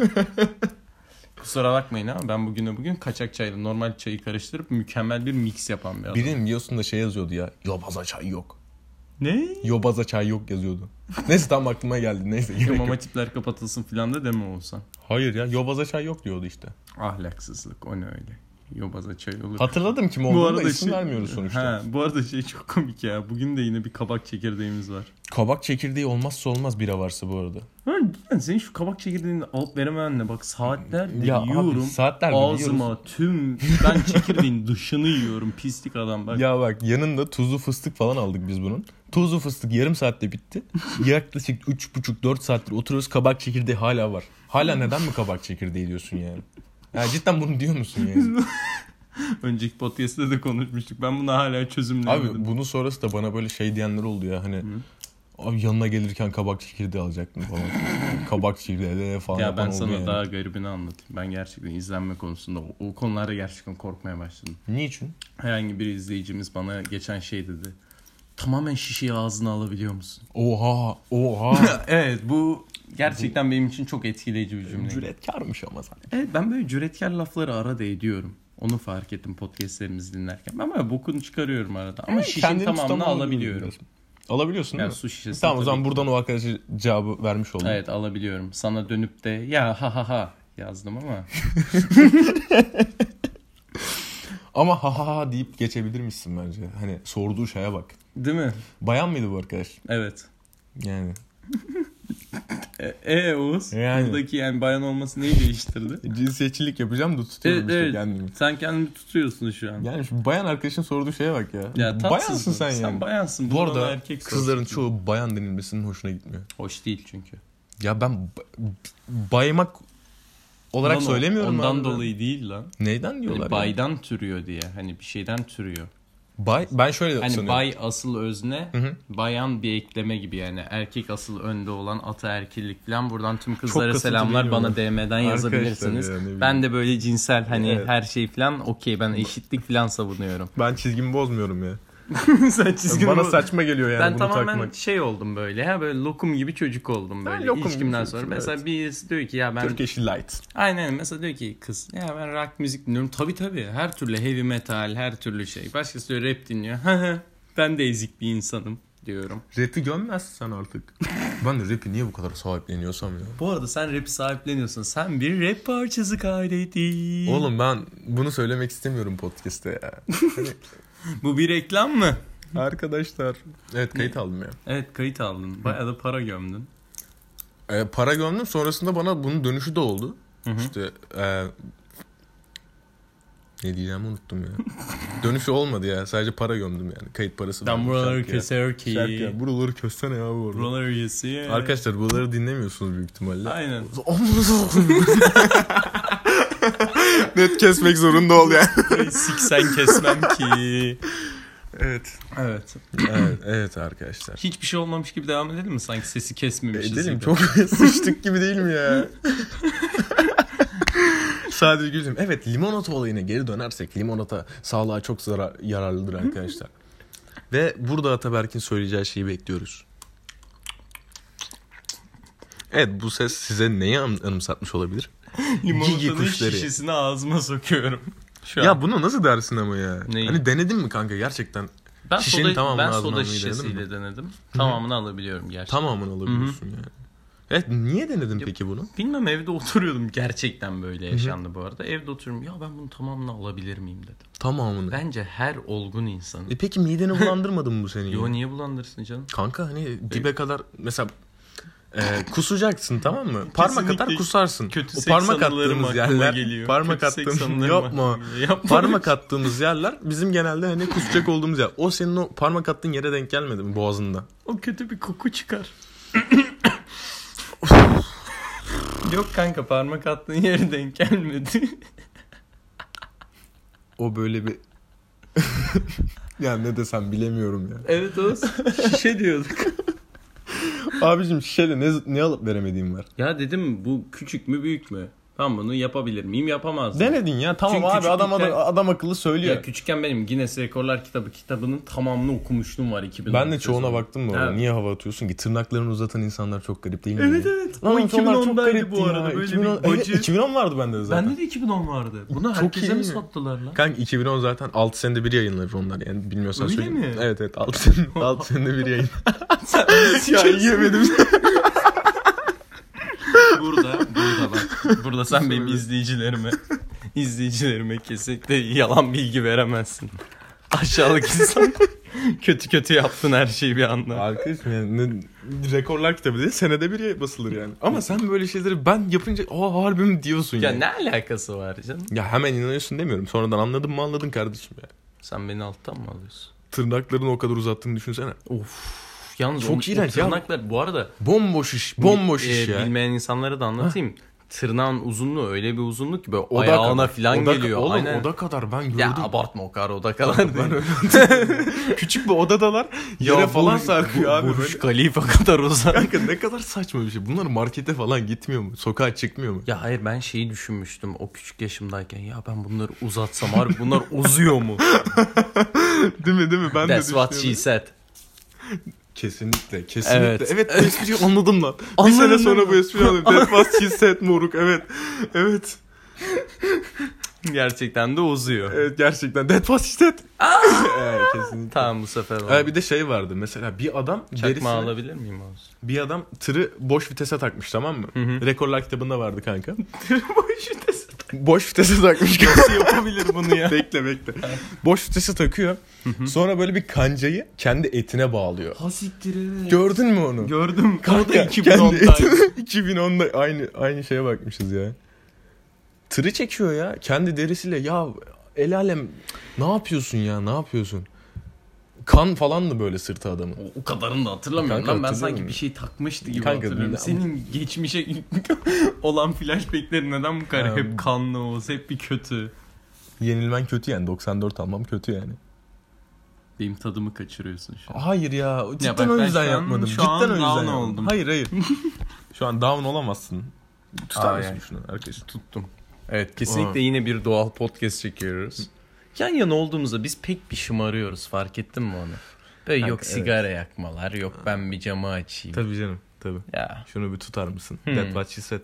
Speaker 1: Kusura bakmayın ama ben bugüne bugün kaçak çayla normal çayı karıştırıp mükemmel bir mix yapan bir adamım.
Speaker 2: Birinin videosunda şey yazıyordu ya. Yobaza çay yok.
Speaker 1: Ne?
Speaker 2: Yobaza çay yok yazıyordu. Neyse tam aklıma geldi. Neyse gerek yok.
Speaker 1: Ama tipler kapatılsın filan da deme olsan.
Speaker 2: Hayır ya yobaza çay yok diyordu işte.
Speaker 1: Ahlaksızlık o ne öyle. Yobaza çay olur.
Speaker 2: Hatırladım kim olduğunu da isim vermiyoruz sonuçta.
Speaker 1: şey- Ha, bu arada şey çok komik ya. Bugün de yine bir kabak çekirdeğimiz var.
Speaker 2: Kabak çekirdeği olmazsa olmaz bira varsa bu arada.
Speaker 1: Ha, cidden senin şu kabak çekirdeğini alıp veremeyenle bak saatlerdir
Speaker 2: Ya abi,
Speaker 1: yiyorum.
Speaker 2: saatlerdir
Speaker 1: Ağzıma tüm ben çekirdeğin dışını yiyorum pislik adam bak.
Speaker 2: Ya bak yanında tuzlu fıstık falan aldık biz bunun. Tuzlu fıstık yarım saatte bitti. Yaklaşık 3,5-4 saattir oturuyoruz kabak çekirdeği hala var. Hala neden mi kabak çekirdeği diyorsun yani? Ya cidden bunu diyor musun yani?
Speaker 1: Önceki podcast'te de konuşmuştuk. Ben bunu hala çözümleyemedim.
Speaker 2: Abi bunun sonrası da bana böyle şey diyenler oldu ya hani... Abi yanına gelirken kabak çekirdeği alacaktım falan. kabak çekirdeği falan
Speaker 1: Ya
Speaker 2: yapan
Speaker 1: ben
Speaker 2: oldu
Speaker 1: sana
Speaker 2: yani.
Speaker 1: daha garibini anlatayım. Ben gerçekten izlenme konusunda o, o konularda gerçekten korkmaya başladım.
Speaker 2: Niçin?
Speaker 1: Herhangi bir izleyicimiz bana geçen şey dedi. Tamamen şişeyi ağzına alabiliyor musun?
Speaker 2: Oha! Oha!
Speaker 1: Evet bu gerçekten benim için çok etkileyici bir cümle.
Speaker 2: Cüretkarmış ama zaten.
Speaker 1: Evet ben böyle cüretkar lafları arada ediyorum. Onu fark ettim podcastlerimizi dinlerken. Ben böyle bokunu çıkarıyorum arada. Ama şişenin
Speaker 2: Kendini
Speaker 1: tamamını
Speaker 2: tutamam
Speaker 1: alabiliyorum.
Speaker 2: diyorsun. Alabiliyorsun
Speaker 1: Yani
Speaker 2: değil
Speaker 1: su
Speaker 2: mi?
Speaker 1: şişesi.
Speaker 2: Tamam o zaman buradan o arkadaşa cevabı vermiş oldum.
Speaker 1: Evet alabiliyorum. Sana dönüp de ya ha ha ha yazdım ama.
Speaker 2: Ama ha ha ha deyip geçebilir misin bence? Hani sorduğu şeye bak.
Speaker 1: Değil mi?
Speaker 2: Bayan mıydı bu arkadaş?
Speaker 1: Evet.
Speaker 2: Yani.
Speaker 1: E, e Oğuz.
Speaker 2: Yani.
Speaker 1: Buradaki yani bayan olması neyi değiştirdi?
Speaker 2: Cinsiyetçilik yapacağım da tutuyorum
Speaker 1: evet
Speaker 2: işte
Speaker 1: E, evet.
Speaker 2: kendimi.
Speaker 1: Sen kendini tutuyorsun şu an.
Speaker 2: Yani şu bayan arkadaşın sorduğu şeye bak ya.
Speaker 1: Ya tatsız
Speaker 2: Bayansın
Speaker 1: bu.
Speaker 2: sen yani.
Speaker 1: Sen bayansın.
Speaker 2: bu
Speaker 1: Buradan
Speaker 2: arada
Speaker 1: erkek
Speaker 2: kızların
Speaker 1: sorsun.
Speaker 2: çoğu bayan denilmesinin hoşuna gitmiyor.
Speaker 1: Hoş değil çünkü.
Speaker 2: Ya ben ba- baymak olarak
Speaker 1: Ondan-
Speaker 2: söylemiyorum.
Speaker 1: Ondan
Speaker 2: abi ben.
Speaker 1: dolayı değil lan.
Speaker 2: Neyden diyorlar?
Speaker 1: Hani
Speaker 2: ya?
Speaker 1: baydan türüyor diye. Hani bir şeyden türüyor.
Speaker 2: Bay, ben şöyle
Speaker 1: Hani
Speaker 2: sanıyorum.
Speaker 1: bay asıl özne, bayan bir ekleme gibi yani. Erkek asıl önde olan ataerkillik falan. Buradan tüm kızlara
Speaker 2: kasıntı
Speaker 1: selamlar.
Speaker 2: geliyor
Speaker 1: Bana
Speaker 2: bana.
Speaker 1: DM'den yazabilirsiniz.
Speaker 2: ya, ne bileyim.
Speaker 1: ben de böyle cinsel hani
Speaker 2: Evet.
Speaker 1: her şey falan okey ben eşitlik falan savunuyorum.
Speaker 2: Ben çizgimi bozmuyorum ya.
Speaker 1: Sen çizgini
Speaker 2: Bana
Speaker 1: bu-
Speaker 2: saçma geliyor yani
Speaker 1: ben
Speaker 2: bunu
Speaker 1: tamamen
Speaker 2: takmak.
Speaker 1: şey oldum böyle. Ha böyle lokum gibi çocuk oldum böyle.
Speaker 2: lokum gibi
Speaker 1: İlişkimden
Speaker 2: çocuksun,
Speaker 1: sonra.
Speaker 2: evet.
Speaker 1: Mesela birisi diyor ki ya ben
Speaker 2: Türk eşi light.
Speaker 1: Aynen mesela diyor ki kız ya ben rock müzik dinliyorum. Tabii tabii her türlü heavy metal her türlü şey. Başkası diyor rap dinliyor. Hı hı, ben de ezik bir insanım diyorum.
Speaker 2: Rap'i gömmezsin sen artık. ben de rap'i niye bu kadar sahipleniyorsam ya.
Speaker 1: Bu arada sen rap sahipleniyorsun. Sen bir rap parçası kaydedin.
Speaker 2: Oğlum ben bunu söylemek istemiyorum podcast'te ya.
Speaker 1: Bu bir reklam mı?
Speaker 2: Arkadaşlar. Evet kayıt aldım ya.
Speaker 1: Evet kayıt aldın. Bayağı da para gömdün.
Speaker 2: Ee, para gömdüm sonrasında bana bunun dönüşü de oldu. İşte e, ne diyeceğimi unuttum ya. dönüşü olmadı ya. Sadece para gömdüm yani. Kayıt parası.
Speaker 1: Ben
Speaker 2: verdim
Speaker 1: buraları
Speaker 2: şarkıya.
Speaker 1: keser ki.
Speaker 2: Şarkıya. Buraları kessene ya bu arada.
Speaker 1: Buraları yesi.
Speaker 2: Arkadaşlar buraları dinlemiyorsunuz büyük ihtimalle.
Speaker 1: Aynen.
Speaker 2: Amına koyayım. Net kesmek zorunda ol yani.
Speaker 1: Burayı siksen kesmem ki.
Speaker 2: Evet.
Speaker 1: Evet.
Speaker 2: Evet, evet arkadaşlar.
Speaker 1: Hiçbir şey olmamış gibi devam edelim mi? Sanki sesi kesmemişiz
Speaker 2: Edelim
Speaker 1: gibi.
Speaker 2: E, çok sıçtık gibi değil mi ya? Sadece gülüm. Evet limonata olayına geri dönersek limonata sağlığa çok zarar, yararlıdır arkadaşlar. Ve burada Ataberk'in söyleyeceği şeyi bekliyoruz. Evet bu ses size neyi an- anımsatmış olabilir? Gigi
Speaker 1: Limonatanın
Speaker 2: kuşları.
Speaker 1: şişesini ağzıma sokuyorum. Şu an.
Speaker 2: Ya bunu nasıl dersin ama ya?
Speaker 1: Neyi?
Speaker 2: Hani denedin mi kanka gerçekten?
Speaker 1: ben
Speaker 2: şişenin
Speaker 1: soda,
Speaker 2: tamamını
Speaker 1: ben
Speaker 2: ağzına
Speaker 1: soda
Speaker 2: almayı denedin
Speaker 1: şişesiyle denedim. Tamamını alabiliyorum gerçekten.
Speaker 2: Tamamını alabiliyorsun yani. Evet niye denedin peki bunu?
Speaker 1: Bilmem evde oturuyordum. Gerçekten böyle yaşandı bu arada. Evde oturuyorum. Ya ben bunu tamamını alabilir miyim dedim.
Speaker 2: Tamamını.
Speaker 1: Bence her olgun insan.
Speaker 2: E peki mideni bulandırmadı mı bu seni?
Speaker 1: Yo niye bulandırsın canım?
Speaker 2: Kanka hani dibe kadar mesela e, kusacaksın tamam mı? Parmak kadar kusarsın.
Speaker 1: Kötü
Speaker 2: o
Speaker 1: seks
Speaker 2: parmak
Speaker 1: anılarım
Speaker 2: attığımız
Speaker 1: aklıma
Speaker 2: yerler,
Speaker 1: geliyor.
Speaker 2: parmak
Speaker 1: Kötü seks
Speaker 2: attığımız
Speaker 1: anılarım
Speaker 2: yapma.
Speaker 1: aklıma geliyor. Yapma.
Speaker 2: parmak attığımız yerler bizim genelde hani kusacak olduğumuz yer. O senin o parmak attığın yere denk gelmedi mi boğazında?
Speaker 1: O kötü bir koku çıkar. Yok kanka parmak attığın yere denk gelmedi.
Speaker 2: O böyle bir ya ne desem bilemiyorum ya.
Speaker 1: evet o şişe diyorduk.
Speaker 2: Abicim şişeyle ne, ne alıp veremediğim var.
Speaker 1: Ya dedim bu küçük mü büyük mü? Ben bunu yapabilir miyim yapamaz mıyım?
Speaker 2: Denedin ya tamam
Speaker 1: Çünkü
Speaker 2: abi adam,
Speaker 1: küçüklükten-
Speaker 2: adam akıllı söylüyor.
Speaker 1: Ya küçükken benim Guinness Rekorlar Kitabı kitabının tamamını okumuşluğum var 2000.
Speaker 2: ben de çoğuna baktım bu arada.
Speaker 1: Evet.
Speaker 2: Niye hava atıyorsun ki? Tırnaklarını uzatan insanlar çok garip değil mi?
Speaker 1: Evet,
Speaker 2: ya?
Speaker 1: evet.
Speaker 2: Lan
Speaker 1: O
Speaker 2: insanlar çok
Speaker 1: 2010'daydı
Speaker 2: garipti
Speaker 1: bu
Speaker 2: ya.
Speaker 1: arada. Böyle bir
Speaker 2: 2010 evet,
Speaker 1: bacı-
Speaker 2: 2010 vardı bende de zaten.
Speaker 1: Bende de 2010 vardı. Bunu
Speaker 2: Çok
Speaker 1: herkese
Speaker 2: iyi
Speaker 1: mi
Speaker 2: mi?
Speaker 1: sattılar lan?
Speaker 2: Kanka 2010 zaten 6 senede bir yayınlanır onlar yani bilmiyorsan
Speaker 1: Öyle
Speaker 2: söyleyeyim.
Speaker 1: mi?
Speaker 2: Evet evet 6 senede, 6 senede bir yayın.
Speaker 1: Sen
Speaker 2: ya yemedim.
Speaker 1: burada, burada bak. Burada sen benim izleyicilerime, izleyicilerime kesinlikle yalan bilgi veremezsin. Aşağılık insan. kötü kötü yaptın her şeyi bir anda.
Speaker 2: Arkadaşım yani ne- rekorlar kitabı değil senede bir yayın basılır yani. Ama sen böyle şeyleri ben yapınca o harbi mi diyorsun ya.
Speaker 1: Ya
Speaker 2: Yani.
Speaker 1: ne alakası var canım?
Speaker 2: Ya hemen inanıyorsun demiyorum. Sonradan anladın mı anladın kardeşim ya.
Speaker 1: Sen beni alttan mı alıyorsun?
Speaker 2: Tırnaklarını o kadar uzattığını düşünsene.
Speaker 1: Of. Yalnız
Speaker 2: Çok
Speaker 1: o, o
Speaker 2: iğrenç ya.
Speaker 1: tırnaklar bu arada
Speaker 2: Bomboş iş, bomboş
Speaker 1: e,
Speaker 2: iş ya.
Speaker 1: Bilmeyen insanlara da anlatayım. Tırnağın uzunluğu öyle bir uzunluk ki böyle
Speaker 2: Oda
Speaker 1: ayağına
Speaker 2: kadar.
Speaker 1: falan
Speaker 2: Oda-
Speaker 1: geliyor.
Speaker 2: Oğlum
Speaker 1: Aynen.
Speaker 2: oda kadar ben gördüm.
Speaker 1: Ya abartma o kadar oda kadar. değil.
Speaker 2: Küçük bir odadalar yere
Speaker 1: Ya
Speaker 2: falan
Speaker 1: bu-
Speaker 2: sarkıyor
Speaker 1: bu-
Speaker 2: abi.
Speaker 1: Burj
Speaker 2: böyle.
Speaker 1: Khalifa kadar uzak.
Speaker 2: Kanka ne kadar saçma bir şey. Bunlar markete falan gitmiyor mu? Sokağa çıkmıyor mu?
Speaker 1: Ya hayır ben şeyi düşünmüştüm o küçük yaşımdayken. Ya ben bunları uzatsam harbi bunlar uzuyor mu?
Speaker 2: değil mi değil mi? Ben
Speaker 1: That's
Speaker 2: de
Speaker 1: what she
Speaker 2: düşünüyorum.
Speaker 1: said.
Speaker 2: Kesinlikle kesinlikle. Evet,
Speaker 1: Evet.
Speaker 2: bu espriyi anladım lan. bir
Speaker 1: Anladın
Speaker 2: sene
Speaker 1: değil
Speaker 2: sonra
Speaker 1: mi?
Speaker 2: bu espriyi anladım. That's what she said moruk evet. Evet.
Speaker 1: Gerçekten de uzuyor.
Speaker 2: Evet gerçekten. That's what she said. evet kesinlikle.
Speaker 1: Tamam bu sefer oldu.
Speaker 2: Ee, bir de şey vardı mesela bir adam
Speaker 1: Çakma
Speaker 2: derisine-
Speaker 1: alabilir miyim abi?
Speaker 2: bir adam tırı boş vitese takmış tamam mı? Rekorlar kitabında vardı kanka. Boş vitese takmış kanka.
Speaker 1: yapabilir bunu ya.
Speaker 2: bekle bekle. Boş vitesi takıyor. Sonra böyle bir kancayı kendi etine bağlıyor.
Speaker 1: Hasiktir
Speaker 2: Gördün mü onu?
Speaker 1: Gördüm. Kanka
Speaker 2: Ya,
Speaker 1: 2010'daydı.
Speaker 2: kendi- 2010'da aynı aynı şeye bakmışız ya. Tırı çekiyor ya kendi derisiyle ya el alem ne yapıyorsun ya ne yapıyorsun? Kan falan da böyle sırtı adamın.
Speaker 1: O- O kadarını da hatırlamıyorum
Speaker 2: Kanka
Speaker 1: lan. Ben
Speaker 2: hatırlıyorum.
Speaker 1: sanki bir şey takmıştı gibi
Speaker 2: Kanka,
Speaker 1: hatırlıyorum.
Speaker 2: bilmem.
Speaker 1: Senin geçmişe olan flashbackleri neden bu kadar
Speaker 2: Ha.
Speaker 1: hep kanlı Oğuz, hep bir kötü.
Speaker 2: Yenilmen kötü yani 94 almam kötü yani.
Speaker 1: Benim tadımı kaçırıyorsun şu an.
Speaker 2: Hayır ya cidden
Speaker 1: bak
Speaker 2: o
Speaker 1: ben
Speaker 2: yüzden
Speaker 1: şu an-
Speaker 2: yapmadım.
Speaker 1: şu
Speaker 2: cidden
Speaker 1: an
Speaker 2: o yüzden
Speaker 1: down
Speaker 2: yapmadım.
Speaker 1: oldum.
Speaker 2: Hayır hayır. şu an down olamazsın. Tutar
Speaker 1: Ay,
Speaker 2: mısın
Speaker 1: ay.
Speaker 2: şunu arkadaşlar?
Speaker 1: Tuttum. Evet kesinlikle yine bir doğal podcast çekiyoruz. Yan yana olduğumuzda biz pek bir şımarıyoruz fark ettin mi onu? Böyle
Speaker 2: Kanka,
Speaker 1: yok
Speaker 2: evet.
Speaker 1: sigara yakmalar yok ben bir camı açayım.
Speaker 2: Tabii canım tabii.
Speaker 1: Ya.
Speaker 2: Şunu bir tutar mısın?
Speaker 1: Hmm.
Speaker 2: That what she said.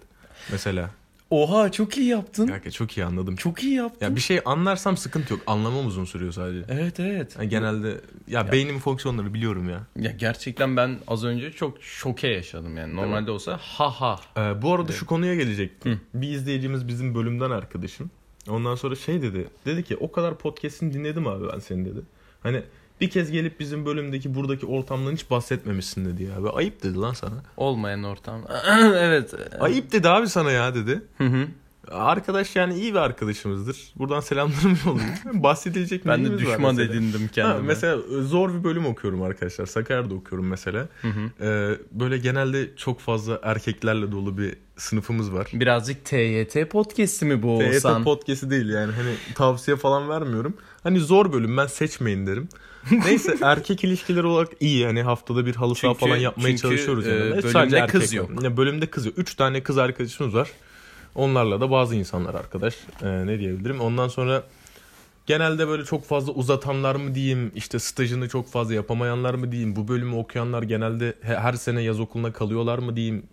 Speaker 2: Mesela.
Speaker 1: Oha çok iyi yaptın.
Speaker 2: Kanka çok iyi anladım.
Speaker 1: Çok iyi yaptın.
Speaker 2: Ya bir şey anlarsam sıkıntı yok. Anlamam uzun sürüyor sadece.
Speaker 1: Evet evet.
Speaker 2: Yani genelde ya, beynimin fonksiyonları biliyorum ya.
Speaker 1: Ya gerçekten ben az önce çok şoke yaşadım yani. Normalde olsa ha ha.
Speaker 2: Ee, bu arada şu konuya gelecektim. Bir izleyicimiz bizim bölümden arkadaşım. Ondan sonra şey dedi. Dedi ki o kadar podcast'ini dinledim abi ben seni dedi. Hani bir kez gelip bizim bölümdeki buradaki ortamdan hiç bahsetmemişsin dedi ya. Ve ayıp dedi lan sana.
Speaker 1: Olmayan ortam. evet.
Speaker 2: Ayıp dedi abi sana ya dedi.
Speaker 1: Hı hı.
Speaker 2: Arkadaş yani iyi bir arkadaşımızdır. Buradan selamlarımı yolluyorum. Bahsedilecek
Speaker 1: ben
Speaker 2: neyimiz
Speaker 1: de
Speaker 2: var
Speaker 1: düşman
Speaker 2: mesela?
Speaker 1: edindim
Speaker 2: Ha,
Speaker 1: kendime.
Speaker 2: mesela e, zor bir bölüm okuyorum arkadaşlar. Sakarya'da okuyorum mesela. Ee, böyle genelde çok fazla erkeklerle dolu bir sınıfımız var.
Speaker 1: Birazcık TYT podcast'i mi bu
Speaker 2: TYT
Speaker 1: olsan?
Speaker 2: podcast'i değil yani hani tavsiye falan vermiyorum. Hani zor bölüm ben seçmeyin derim. Neyse erkek ilişkileri olarak iyi hani haftada bir halı saha
Speaker 1: Çünkü-
Speaker 2: falan yapmaya
Speaker 1: çünkü,
Speaker 2: çalışıyoruz.
Speaker 1: e,
Speaker 2: Yani. Evet,
Speaker 1: bölümde
Speaker 2: sadece
Speaker 1: kız
Speaker 2: erkek
Speaker 1: yok.
Speaker 2: var. Ya, bölümde kız yok. Üç tane kız arkadaşımız var. Onlarla da bazı insanlar arkadaş e, ne diyebilirim. Ondan sonra genelde böyle çok fazla uzatanlar mı diyeyim işte stajını çok fazla yapamayanlar mı diyeyim bu bölümü okuyanlar genelde he- her sene yaz okuluna kalıyorlar mı diyeyim.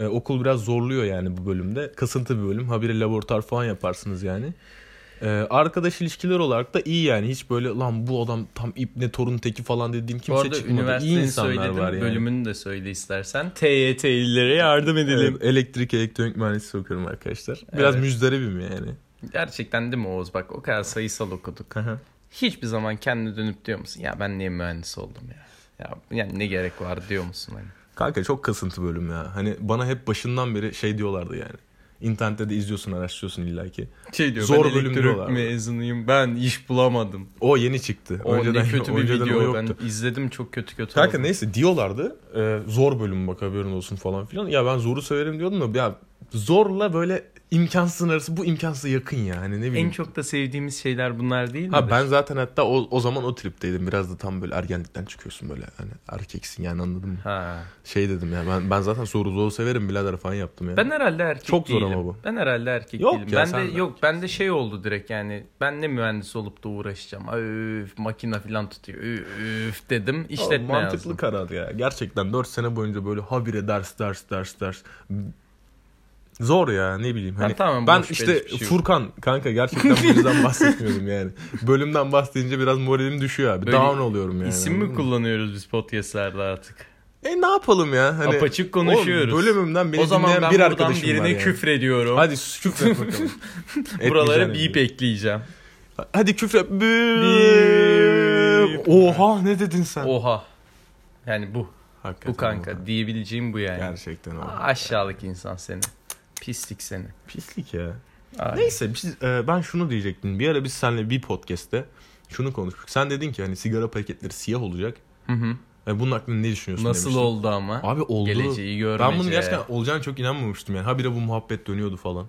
Speaker 2: Ee, E, okul biraz zorluyor yani bu bölümde. Kasıntı bir bölüm. Habire laboratuvar falan yaparsınız yani. E, arkadaş ilişkiler olarak da iyi yani. Hiç böyle lan bu adam tam ibne torun teki falan dediğim
Speaker 1: Bu
Speaker 2: kimse
Speaker 1: arada
Speaker 2: çıkmadı. İyi
Speaker 1: üniversiteyi
Speaker 2: insanlar
Speaker 1: söyledim.
Speaker 2: var yani.
Speaker 1: Bölümünü de söyle istersen. TYT'lilere yardım edelim.
Speaker 2: Evet, elektrik elektronik mühendisliği okuyorum arkadaşlar. Biraz
Speaker 1: Evet.
Speaker 2: müjdaribim yani.
Speaker 1: Gerçekten değil mi Oğuz? Bak o kadar sayısal okuduk.
Speaker 2: Aha.
Speaker 1: Hiçbir zaman kendine dönüp diyor musun? Ya ben niye mühendis oldum ya? Ya yani ne gerek var diyor musun? Hani?
Speaker 2: Kanka çok kasıntı bölüm ya. Hani bana hep başından beri şey diyorlardı yani. İnternette de izliyorsun araştırıyorsun illaki.
Speaker 1: Şey
Speaker 2: diyor,
Speaker 1: Zor
Speaker 2: ben
Speaker 1: bölüm
Speaker 2: elektrik
Speaker 1: diyorlar. mezunuyum ben iş bulamadım.
Speaker 2: O yeni çıktı.
Speaker 1: O ne kötü bir
Speaker 2: önceden o
Speaker 1: video
Speaker 2: yoktu.
Speaker 1: ben izledim çok kötü kötü
Speaker 2: Kanka
Speaker 1: oldu.
Speaker 2: neyse diyorlardı. e, zor bölüm bak haberin olsun falan filan. Ya ben zoru severim diyordum da ya zorla böyle imkansızın arası bu imkansıza yakın ya. Hani ne bileyim.
Speaker 1: En çok da sevdiğimiz şeyler bunlar değil mi?
Speaker 2: Ha ben zaten hatta o, o zaman o tripteydim. Biraz da tam böyle ergenlikten çıkıyorsun böyle. Hani erkeksin yani anladın mı?
Speaker 1: Ha.
Speaker 2: Şey dedim ya ben ben zaten zoru zoru severim birader falan yaptım yani.
Speaker 1: Ben herhalde erkek
Speaker 2: Çok zor
Speaker 1: değilim.
Speaker 2: ama bu.
Speaker 1: Ben herhalde erkek
Speaker 2: Yok
Speaker 1: değilim.
Speaker 2: ya,
Speaker 1: ben de
Speaker 2: sen de
Speaker 1: yok ben de şey oldu direkt yani ben ne mühendis olup da uğraşacağım. Öf makina filan tutuyor. Öf dedim
Speaker 2: Oğlum,
Speaker 1: işletme
Speaker 2: mantıklı
Speaker 1: yazdım.
Speaker 2: karar ya. Gerçekten 4 sene boyunca böyle habire ders ders ders ders. Zor ya ne bileyim. Hani
Speaker 1: tamamen
Speaker 2: ben
Speaker 1: boş bir
Speaker 2: işte
Speaker 1: hiçbir şey yok.
Speaker 2: Furkan kanka gerçekten bu yüzden bahsetmiyorum yani. Bölümden bahsedince biraz moralim düşüyor abi.
Speaker 1: Böyle
Speaker 2: Down oluyorum yani.
Speaker 1: İsim mi
Speaker 2: anladın mı?
Speaker 1: kullanıyoruz biz podcastlarda artık?
Speaker 2: E ne yapalım ya? Hani,
Speaker 1: Apaçık konuşuyoruz.
Speaker 2: Oğlum, bölümümden beni
Speaker 1: o zaman
Speaker 2: dinleyen
Speaker 1: ben
Speaker 2: bir
Speaker 1: buradan
Speaker 2: arkadaşım var
Speaker 1: birine
Speaker 2: yani.
Speaker 1: küfrediyorum.
Speaker 2: Hadi sus, küfür et bakalım.
Speaker 1: Buralara
Speaker 2: Etmeyeceğim
Speaker 1: bip
Speaker 2: yani.
Speaker 1: ekleyeceğim.
Speaker 2: Hadi küfür et.
Speaker 1: Bip.
Speaker 2: Oha ne dedin sen?
Speaker 1: Oha. Yani bu.
Speaker 2: Hakikaten
Speaker 1: Bu kanka.
Speaker 2: oha.
Speaker 1: Diyebileceğim bu yani.
Speaker 2: Gerçekten o.
Speaker 1: Aşağılık insan seni. Pislik seni.
Speaker 2: Pislik ya.
Speaker 1: Ay.
Speaker 2: Neyse biz, e, ben şunu diyecektim. Bir ara biz seninle bir podcast'te şunu konuştuk. Sen dedin ki hani sigara paketleri siyah olacak.
Speaker 1: Hı hı.
Speaker 2: E, bunun hakkında ne düşünüyorsun
Speaker 1: Nasıl
Speaker 2: demiştim.
Speaker 1: oldu ama?
Speaker 2: Abi oldu.
Speaker 1: Geleceği görmece.
Speaker 2: ben bunun gerçekten olacağına çok inanmamıştım yani. Habire bu muhabbet dönüyordu falan.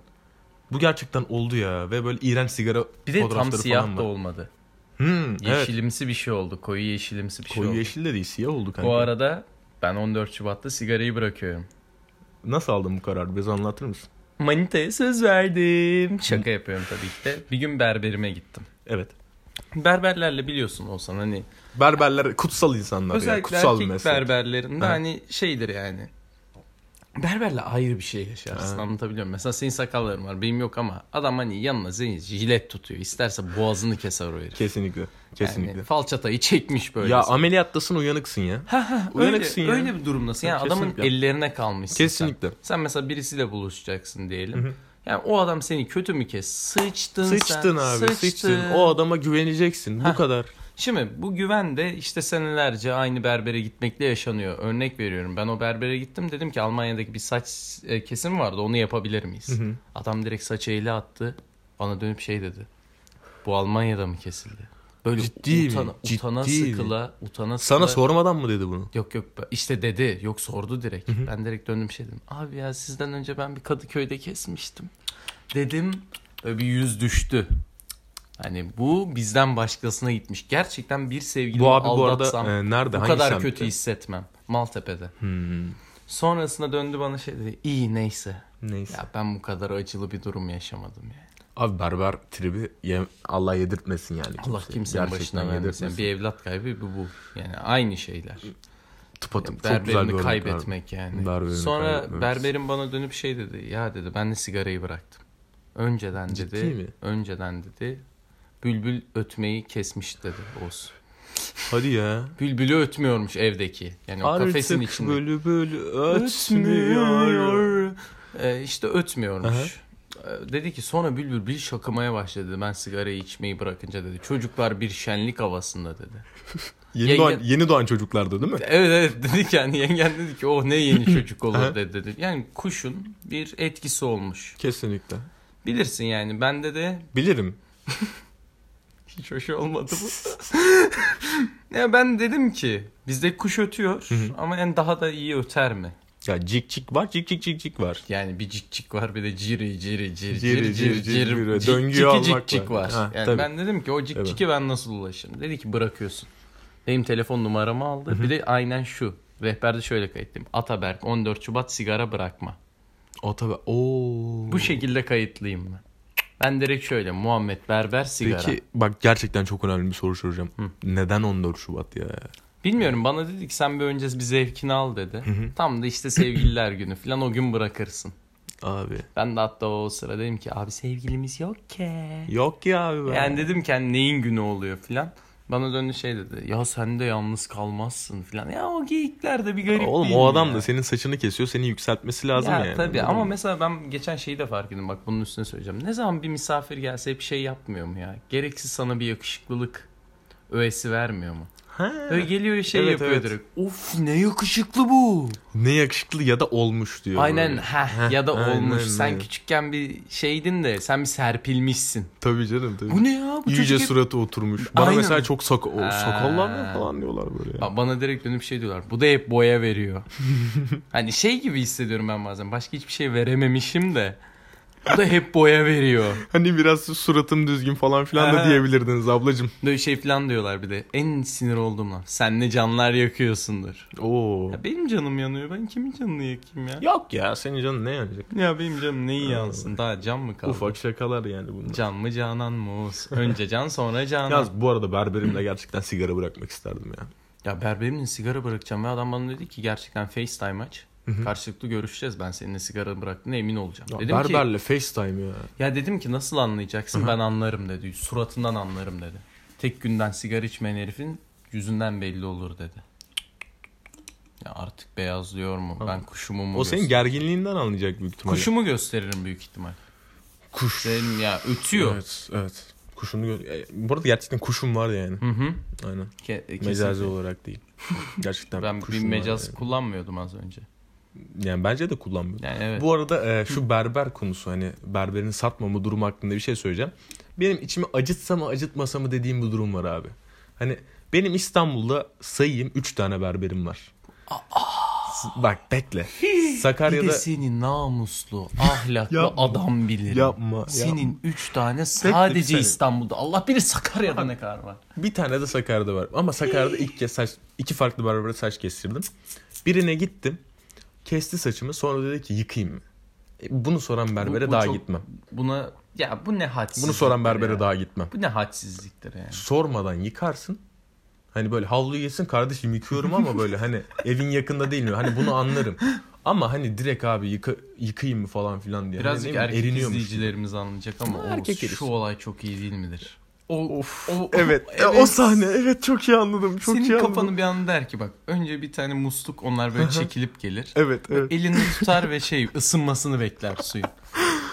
Speaker 2: Bu gerçekten oldu ya ve böyle iğrenç sigara
Speaker 1: Bir de tam
Speaker 2: fotoğrafları
Speaker 1: siyah
Speaker 2: falan
Speaker 1: da
Speaker 2: var.
Speaker 1: olmadı.
Speaker 2: Hmm, evet.
Speaker 1: Yeşilimsi bir şey oldu. Koyu yeşilimsi bir şey
Speaker 2: Koyu
Speaker 1: oldu.
Speaker 2: yeşil de değil siyah oldu kanka.
Speaker 1: Bu arada ben 14 Şubat'ta sigarayı bırakıyorum.
Speaker 2: Nasıl aldın bu kararı? Biraz anlatır mısın?
Speaker 1: Manita'ya söz verdim. Şaka yapıyorum tabii ki de. Bir gün berberime gittim.
Speaker 2: Evet.
Speaker 1: Berberlerle biliyorsun olsan hani
Speaker 2: Berberler kutsal insanlar ya.
Speaker 1: özellikle
Speaker 2: Kutsal bir
Speaker 1: erkek
Speaker 2: meslek.
Speaker 1: berberlerinde
Speaker 2: Aha.
Speaker 1: hani şeydir yani. Berberle ayrı bir şey yaşarsın
Speaker 2: Ha.
Speaker 1: anlatabiliyorum. Mesela senin sakalların var benim yok ama adam hani yanına zeyn jilet tutuyor. İsterse boğazını keser o herif.
Speaker 2: Kesinlikle. Kesinlikle.
Speaker 1: Yani falçatayı çekmiş böyle. şey.
Speaker 2: ya ameliyattasın uyanıksın ya. uyanıksın
Speaker 1: öyle,
Speaker 2: ya.
Speaker 1: öyle bir durumdasın. Yani
Speaker 2: Kesinlikle.
Speaker 1: adamın ellerine kalmışsın
Speaker 2: Kesinlikle.
Speaker 1: Sen. sen mesela birisiyle buluşacaksın diyelim. Yani o adam seni kötü mü kes? Sıçtın,
Speaker 2: Sıçtın
Speaker 1: sen.
Speaker 2: abi sıçtın. O adama güveneceksin. Bu
Speaker 1: Hah.
Speaker 2: kadar.
Speaker 1: Şimdi bu güven de işte senelerce aynı berbere gitmekle yaşanıyor. Örnek veriyorum. Ben o berbere gittim dedim ki Almanya'daki bir saç e, kesimi vardı. Onu yapabilir miyiz? Adam direkt saçı eli attı. Bana dönüp şey dedi. Bu Almanya'da mı kesildi? Böyle
Speaker 2: Ciddi mi?
Speaker 1: utana, utana
Speaker 2: Ciddi mi?
Speaker 1: sıkıla, utana
Speaker 2: Sana
Speaker 1: sıkıla.
Speaker 2: sormadan mı dedi bunu?
Speaker 1: Yok yok işte dedi. Yok sordu direkt. Ben direkt döndüm şey dedim. Abi ya sizden önce ben bir Kadıköy'de kesmiştim. Dedim. Böyle bir yüz düştü. Hani bu bizden başkasına gitmiş. Gerçekten bir sevgilimi
Speaker 2: Bu abi bu arada
Speaker 1: aldatsam bu,
Speaker 2: e, nerede? hangi
Speaker 1: kadar
Speaker 2: semtte?
Speaker 1: kötü hissetmem. Maltepe'de.
Speaker 2: Hmm,
Speaker 1: Sonrasında döndü bana şey dedi. İyi neyse.
Speaker 2: Neyse.
Speaker 1: Ya ben bu kadar acılı bir durum yaşamadım yani.
Speaker 2: Abi berber tribi ye- Allah yedirtmesin yani.
Speaker 1: Allah
Speaker 2: kimseye.
Speaker 1: kimsenin
Speaker 2: şey, Gerçekten
Speaker 1: başına vermesin.
Speaker 2: yedirtmesin.
Speaker 1: Bir evlat kaybı bir bu. Yani aynı şeyler.
Speaker 2: Tıpatıp çok güzel
Speaker 1: Berberini
Speaker 2: bir kaybetmek.
Speaker 1: kaybetmek yani.
Speaker 2: Berberini
Speaker 1: Sonra
Speaker 2: kaybetmemiz.
Speaker 1: berberim bana dönüp şey dedi. Ya dedi ben de sigarayı bıraktım. Önceden dedi.
Speaker 2: Ciddi mi?
Speaker 1: Önceden dedi. Bülbül ötmeyi kesmiş dedi Oğuz.
Speaker 2: Hadi ya.
Speaker 1: Bülbülü ötmüyormuş evdeki. Yani o kafesin
Speaker 2: Artık
Speaker 1: içinde.
Speaker 2: bölü bölü ötmüyor.
Speaker 1: Ötmüyor. Ee, işte ötmüyormuş. Ee, Dedi ki sonra Bülbül bir şakımaya başladı. dedi. Ben sigarayı içmeyi bırakınca dedi. Çocuklar bir şenlik havasında dedi.
Speaker 2: Yeni
Speaker 1: Yenge-
Speaker 2: doğan, yeni doğan çocuklardı değil mi?
Speaker 1: Evet evet dedi ki yani yengen dedi ki oh ne yeni çocuk olur dedi, dedi. Yani kuşun bir etkisi olmuş.
Speaker 2: Kesinlikle.
Speaker 1: Bilirsin yani bende de
Speaker 2: Bilirim.
Speaker 1: hiç hoş olmadı bu. ya ben dedim ki bizde kuş ötüyor ama yani daha da iyi öter mi?
Speaker 2: Ya cik cik var cik cik cik cik var.
Speaker 1: Yani bir cik cik var bir de ciri ciri ciri
Speaker 2: Ciri,
Speaker 1: ciri ciri
Speaker 2: ciri, ciri,
Speaker 1: ciri cik
Speaker 2: döngüyü
Speaker 1: ciki cik
Speaker 2: almak
Speaker 1: cik
Speaker 2: var.
Speaker 1: var.
Speaker 2: Ha,
Speaker 1: yani
Speaker 2: tabii.
Speaker 1: ben dedim ki o cik
Speaker 2: Evet.
Speaker 1: ciki ben nasıl ulaşırım? Dedi ki bırakıyorsun. Benim telefon numaramı aldı. Bir de aynen şu. Rehberde şöyle kayıtlıyım. Ataberk 14 Şubat sigara bırakma.
Speaker 2: O tabi. Oo.
Speaker 1: Bu şekilde kayıtlıyım ben. Ben direkt şöyle Muhammed Berber sigara.
Speaker 2: Peki bak gerçekten çok önemli bir soru soracağım. Neden 14 Şubat ya?
Speaker 1: Bilmiyorum bana dedi ki sen bir önce bir zevkini al dedi. Tam da işte sevgililer günü falan o gün bırakırsın.
Speaker 2: Abi.
Speaker 1: Ben de hatta o sıra dedim ki abi sevgilimiz yok ki.
Speaker 2: Yok ya abi ben.
Speaker 1: Yani dedim ki hani neyin günü oluyor filan. Bana döndü şey dedi. Ya sen de yalnız kalmazsın filan. Ya o geyikler de bir garip
Speaker 2: Oğlum
Speaker 1: değil
Speaker 2: o
Speaker 1: mi
Speaker 2: adam
Speaker 1: ya?
Speaker 2: da senin saçını kesiyor seni yükseltmesi lazım
Speaker 1: ya,
Speaker 2: yani.
Speaker 1: Tabii ama mesela ben geçen şeyi de fark ettim. Bak bunun üstüne söyleyeceğim. Ne zaman bir misafir gelse hep şey yapmıyor mu ya? Gereksiz sana bir yakışıklılık öğesi vermiyor mu?
Speaker 2: Ha.
Speaker 1: Öyle geliyor şey
Speaker 2: Evet,
Speaker 1: yapıyor
Speaker 2: evet.
Speaker 1: direkt. Of ne yakışıklı bu.
Speaker 2: Ne yakışıklı ya da olmuş diyor.
Speaker 1: Aynen
Speaker 2: böyle.
Speaker 1: heh ya da
Speaker 2: aynen,
Speaker 1: olmuş. Sen
Speaker 2: aynen.
Speaker 1: küçükken bir şeydin de sen bir serpilmişsin.
Speaker 2: Tabii canım tabii.
Speaker 1: Bu ne ya bu
Speaker 2: İyice
Speaker 1: çocuk hep-
Speaker 2: suratı oturmuş. Bana
Speaker 1: Aynen.
Speaker 2: mesela çok sak o,
Speaker 1: Ha.
Speaker 2: sakallar mı falan diyorlar böyle. Ya.
Speaker 1: Ba- Bana direkt dönüp şey diyorlar. Bu da hep boya veriyor. hani şey gibi hissediyorum ben bazen. Başka hiçbir şey verememişim de. Bu da hep boya veriyor.
Speaker 2: Hani biraz suratım düzgün falan filan da
Speaker 1: Ha.
Speaker 2: diyebilirdiniz ablacım.
Speaker 1: Böyle şey falan diyorlar bir de. En sinir olduğum lan. Sen ne canlar yakıyorsundur.
Speaker 2: Oo.
Speaker 1: Ya benim canım yanıyor. Ben kimin canını yakayım ya?
Speaker 2: Yok ya senin canın ne yanacak?
Speaker 1: Ya benim canım neyi yansın? Daha can mı kaldı?
Speaker 2: Ufak şakalar yani bunlar.
Speaker 1: Can mı canan mı Oğuz? Önce can sonra canan.
Speaker 2: Yaz bu arada berberimle gerçekten sigara bırakmak isterdim ya.
Speaker 1: Ya berberimle sigara bırakacağım. Ve adam bana dedi ki gerçekten FaceTime aç. Karşılıklı görüşeceğiz. Ben seninle sigara bıraktığına emin olacağım.
Speaker 2: Ya
Speaker 1: dedim ki
Speaker 2: berberle FaceTime ya.
Speaker 1: ya dedim ki nasıl anlayacaksın? ben anlarım dedi. Suratından anlarım dedi. Tek günden sigara içmeyen herifin yüzünden belli olur dedi. Ya artık beyazlıyor mu? Ben kuşumu mu
Speaker 2: O senin
Speaker 1: göster-
Speaker 2: gerginliğinden anlayacak büyük ihtimalle.
Speaker 1: Kuşumu gösteririm büyük ihtimal.
Speaker 2: Kuş.
Speaker 1: Dedim ya ötüyor.
Speaker 2: Evet evet. Kuşunu gö- e, Bu arada gerçekten kuşum var yani.
Speaker 1: Hı hı.
Speaker 2: Aynen.
Speaker 1: Ke- e, kesinlikle.
Speaker 2: Mecazi olarak değil. Gerçekten
Speaker 1: Ben bir
Speaker 2: kuşum var
Speaker 1: mecaz
Speaker 2: yani.
Speaker 1: kullanmıyordum az önce.
Speaker 2: Yani bence de kullanmıyorum.
Speaker 1: Yani evet.
Speaker 2: Bu arada e, şu berber konusu hani berberini satmama durumu hakkında bir şey söyleyeceğim. Benim içimi acıtsa mı acıtmasa mı dediğim bir durum var abi. Hani benim İstanbul'da sayayım 3 tane berberim var. S- Bak bekle.
Speaker 1: Bir de
Speaker 2: Sakarya'da
Speaker 1: seni namuslu, ahlaklı
Speaker 2: Yapma.
Speaker 1: adam bilirim.
Speaker 2: Yapma,
Speaker 1: Senin üç tane sadece
Speaker 2: saniye.
Speaker 1: İstanbul'da. Allah bilir Sakarya'da ne kadar var.
Speaker 2: bir tane de Sakarya'da var. Ama Sakarya'da ilk kez saç iki farklı berbere saç kestirdim. Birine gittim. Kesti saçımı. Sonra dedi ki yıkayayım mı? E, Bunu soran berbere
Speaker 1: bu
Speaker 2: daha
Speaker 1: çok-
Speaker 2: gitmem.
Speaker 1: Buna ya bu ne hadsizlik.
Speaker 2: Bunu soran berbere daha gitmem.
Speaker 1: Bu ne hadsizliktir yani.
Speaker 2: sormadan yıkarsın. Hani böyle havluyu yesin kardeşim yıkıyorum ama böyle hani evin yakında değil mi? Hani bunu anlarım. Ama hani direkt abi yıka, yıkayayım mı falan filan diye. Hani ne
Speaker 1: Birazcık
Speaker 2: bileyim,
Speaker 1: erkek
Speaker 2: eriniyormuş.
Speaker 1: izleyicilerimiz anlayacak ama
Speaker 2: Ha,
Speaker 1: Oğuz,
Speaker 2: erkek herif.
Speaker 1: şu olay çok iyi değil midir? O,
Speaker 2: Of.
Speaker 1: O-
Speaker 2: evet.
Speaker 1: evet.
Speaker 2: E, O sahne. Evet çok iyi anladım. Çok iyi
Speaker 1: senin
Speaker 2: anladım.
Speaker 1: kafanı bir anda der ki bak önce bir tane musluk onlar böyle çekilip gelir.
Speaker 2: Evet evet.
Speaker 1: Elini tutar ve şey ısınmasını bekler suyun.